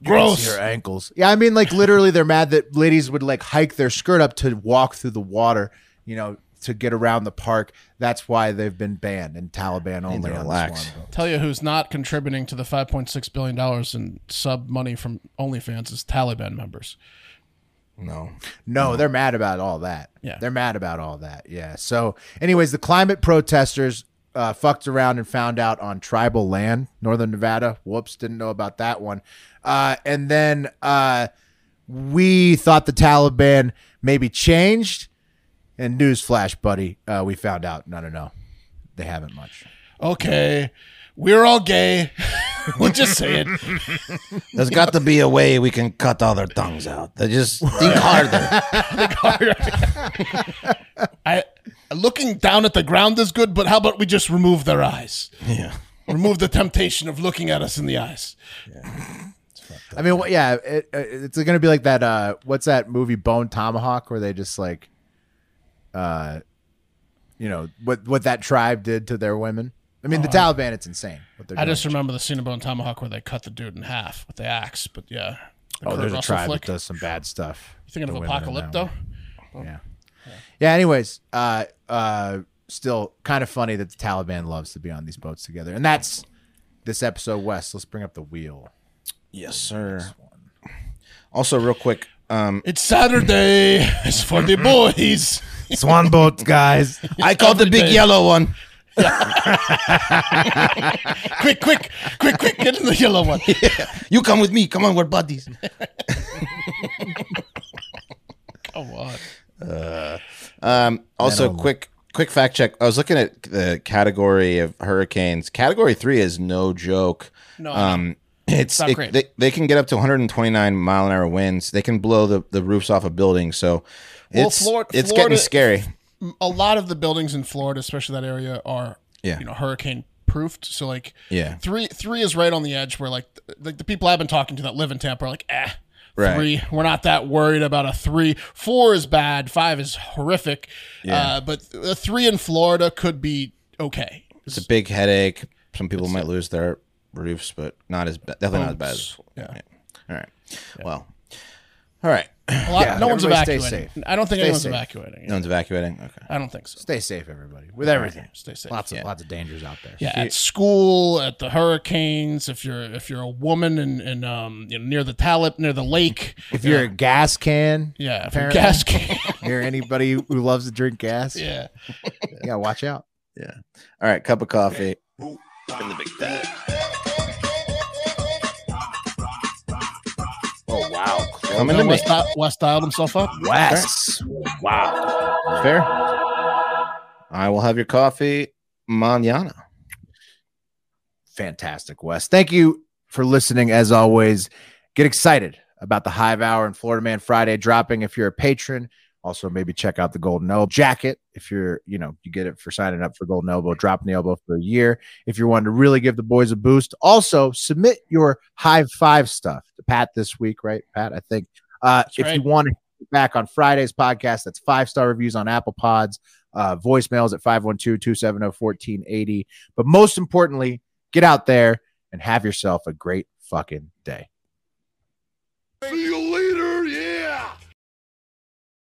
Speaker 1: You can
Speaker 2: Gross.
Speaker 1: see her ankles. Yeah, I mean, like literally, they're mad that ladies would like hike their skirt up to walk through the water. You know, to get around the park. That's why they've been banned in Taliban only.
Speaker 3: to
Speaker 1: on the
Speaker 3: relax.
Speaker 1: swan boat.
Speaker 2: Tell you who's not contributing to the $5.6 billion in sub money from OnlyFans is Taliban members.
Speaker 3: No.
Speaker 1: No, they're mad about all that.
Speaker 2: Yeah.
Speaker 1: They're mad about all that. Yeah. So, anyways, the climate protesters uh, fucked around and found out on tribal land, northern Nevada. Whoops, didn't know about that one. Uh, and then uh, we thought the Taliban maybe changed. And newsflash, buddy, uh, we found out. No, no, no. They haven't much.
Speaker 2: Okay, we're all gay. [laughs] we'll just say it. [laughs]
Speaker 3: There's got to be a way we can cut all their tongues out. They just think harder.
Speaker 2: I looking down at the ground is good, but how about we just remove their
Speaker 1: [laughs]
Speaker 2: eyes?
Speaker 3: Yeah.
Speaker 2: Remove the temptation of looking at us in the eyes.
Speaker 1: I mean, wh- yeah, it, uh, it's going to be like that. Uh, what's that movie Bone Tomahawk, where they just like, uh, you know, what what that tribe did to their women. I mean, the
Speaker 2: Oh,
Speaker 1: Taliban, it's insane. What they're
Speaker 2: I
Speaker 1: doing.
Speaker 2: just remember the scene about Tomahawk where they cut the dude in half with the axe. But yeah, The
Speaker 1: oh,
Speaker 2: Kurt
Speaker 1: there's a
Speaker 2: Russell
Speaker 1: tribe
Speaker 2: flick.
Speaker 1: that does some bad stuff.
Speaker 2: You thinking
Speaker 1: to
Speaker 2: of
Speaker 1: women in that
Speaker 2: Apocalypto?
Speaker 1: one. Yeah. Yeah. Anyways, uh, uh, still kind of funny that the Taliban loves to be on these boats together, and that's this episode. West, let's bring up the wheel.
Speaker 3: Yes, sir. Also, real quick,
Speaker 2: [laughs]
Speaker 3: um,
Speaker 2: It's Saturday. [laughs] It's for the boys.
Speaker 1: [laughs] Swan boats, guys.
Speaker 3: I caught the big
Speaker 2: Everything.
Speaker 3: yellow one. [laughs]
Speaker 2: quick, quick, quick, quick! Get in the yellow
Speaker 1: [laughs]
Speaker 2: one.
Speaker 3: You come with me. Come on, we're buddies.
Speaker 2: Come on.
Speaker 3: Uh, um, also,
Speaker 2: only.
Speaker 3: quick quick fact check. I was looking at the category of hurricanes. Category three is no joke.
Speaker 2: No, I
Speaker 3: um, it's
Speaker 2: It's not
Speaker 3: it-
Speaker 2: great.
Speaker 3: They, they can get up to 129 mile an hour winds. They can blow the, the roofs off of buildings. So
Speaker 2: Well,
Speaker 3: it's
Speaker 2: Flor-
Speaker 3: it's
Speaker 2: Florida-
Speaker 3: getting scary.
Speaker 2: a lot of the buildings in Florida, especially that area, are
Speaker 3: Yeah.
Speaker 2: you know hurricane proofed. So like
Speaker 3: Yeah.
Speaker 2: three three is right on the edge where like th- like the people I've been talking to that live in Tampa are like eh.
Speaker 3: Right.
Speaker 2: Three, we're not that worried about a three. Four is bad. Five is horrific.
Speaker 3: Yeah.
Speaker 2: Uh, but a three in Florida could be okay.
Speaker 3: It's a big headache. Some people might lose their roofs, but not as ba- definitely not as bad. As,
Speaker 2: Yeah.
Speaker 3: All right. Well. All right. [clears throat]
Speaker 2: A lot,
Speaker 1: Yeah,
Speaker 2: no one's
Speaker 1: everybody stay
Speaker 2: evacuating.
Speaker 1: safe.
Speaker 2: I don't think
Speaker 1: Stay
Speaker 2: anyone's
Speaker 1: safe.
Speaker 2: evacuating.
Speaker 3: No one's evacuating. Okay.
Speaker 2: I don't think so.
Speaker 1: Stay safe, everybody, with everything.
Speaker 2: Stay safe.
Speaker 1: Lots of lots of dangers out there.
Speaker 2: Yeah, at school, at the hurricanes. If you're if you're a woman and, and um you know, near the Talib near the lake.
Speaker 1: If you're a gas can,
Speaker 2: Yeah, if you're
Speaker 1: apparently.
Speaker 2: gas can.
Speaker 1: you're anybody who loves to drink gas,
Speaker 2: yeah,
Speaker 1: yeah, watch out.
Speaker 3: Yeah. All right. Cup of coffee. the big
Speaker 13: Oh wow.
Speaker 3: Coming to me.
Speaker 2: West, di- West dialed himself up.
Speaker 13: Wes. Wow.
Speaker 3: Fair. I will have your coffee manana.
Speaker 1: Fantastic, Wes. Thank you for listening. As always, get excited about the Hive Hour and Florida Man Friday dropping. If you're a patron, also maybe check out the Golden Elbow jacket. If you're, you know, you get it for signing up for Golden Elbow, dropping the elbow for a year. If you're wanting to really give the boys a boost, also submit your Hive Five stuff to Pat this week, right? Pat, I think. Uh, if
Speaker 2: right.
Speaker 1: you want to get back on Friday's podcast, that's five star reviews on Apple Pods, uh, voicemails at 512 270 1480. But most importantly, get out there and have yourself a great fucking day.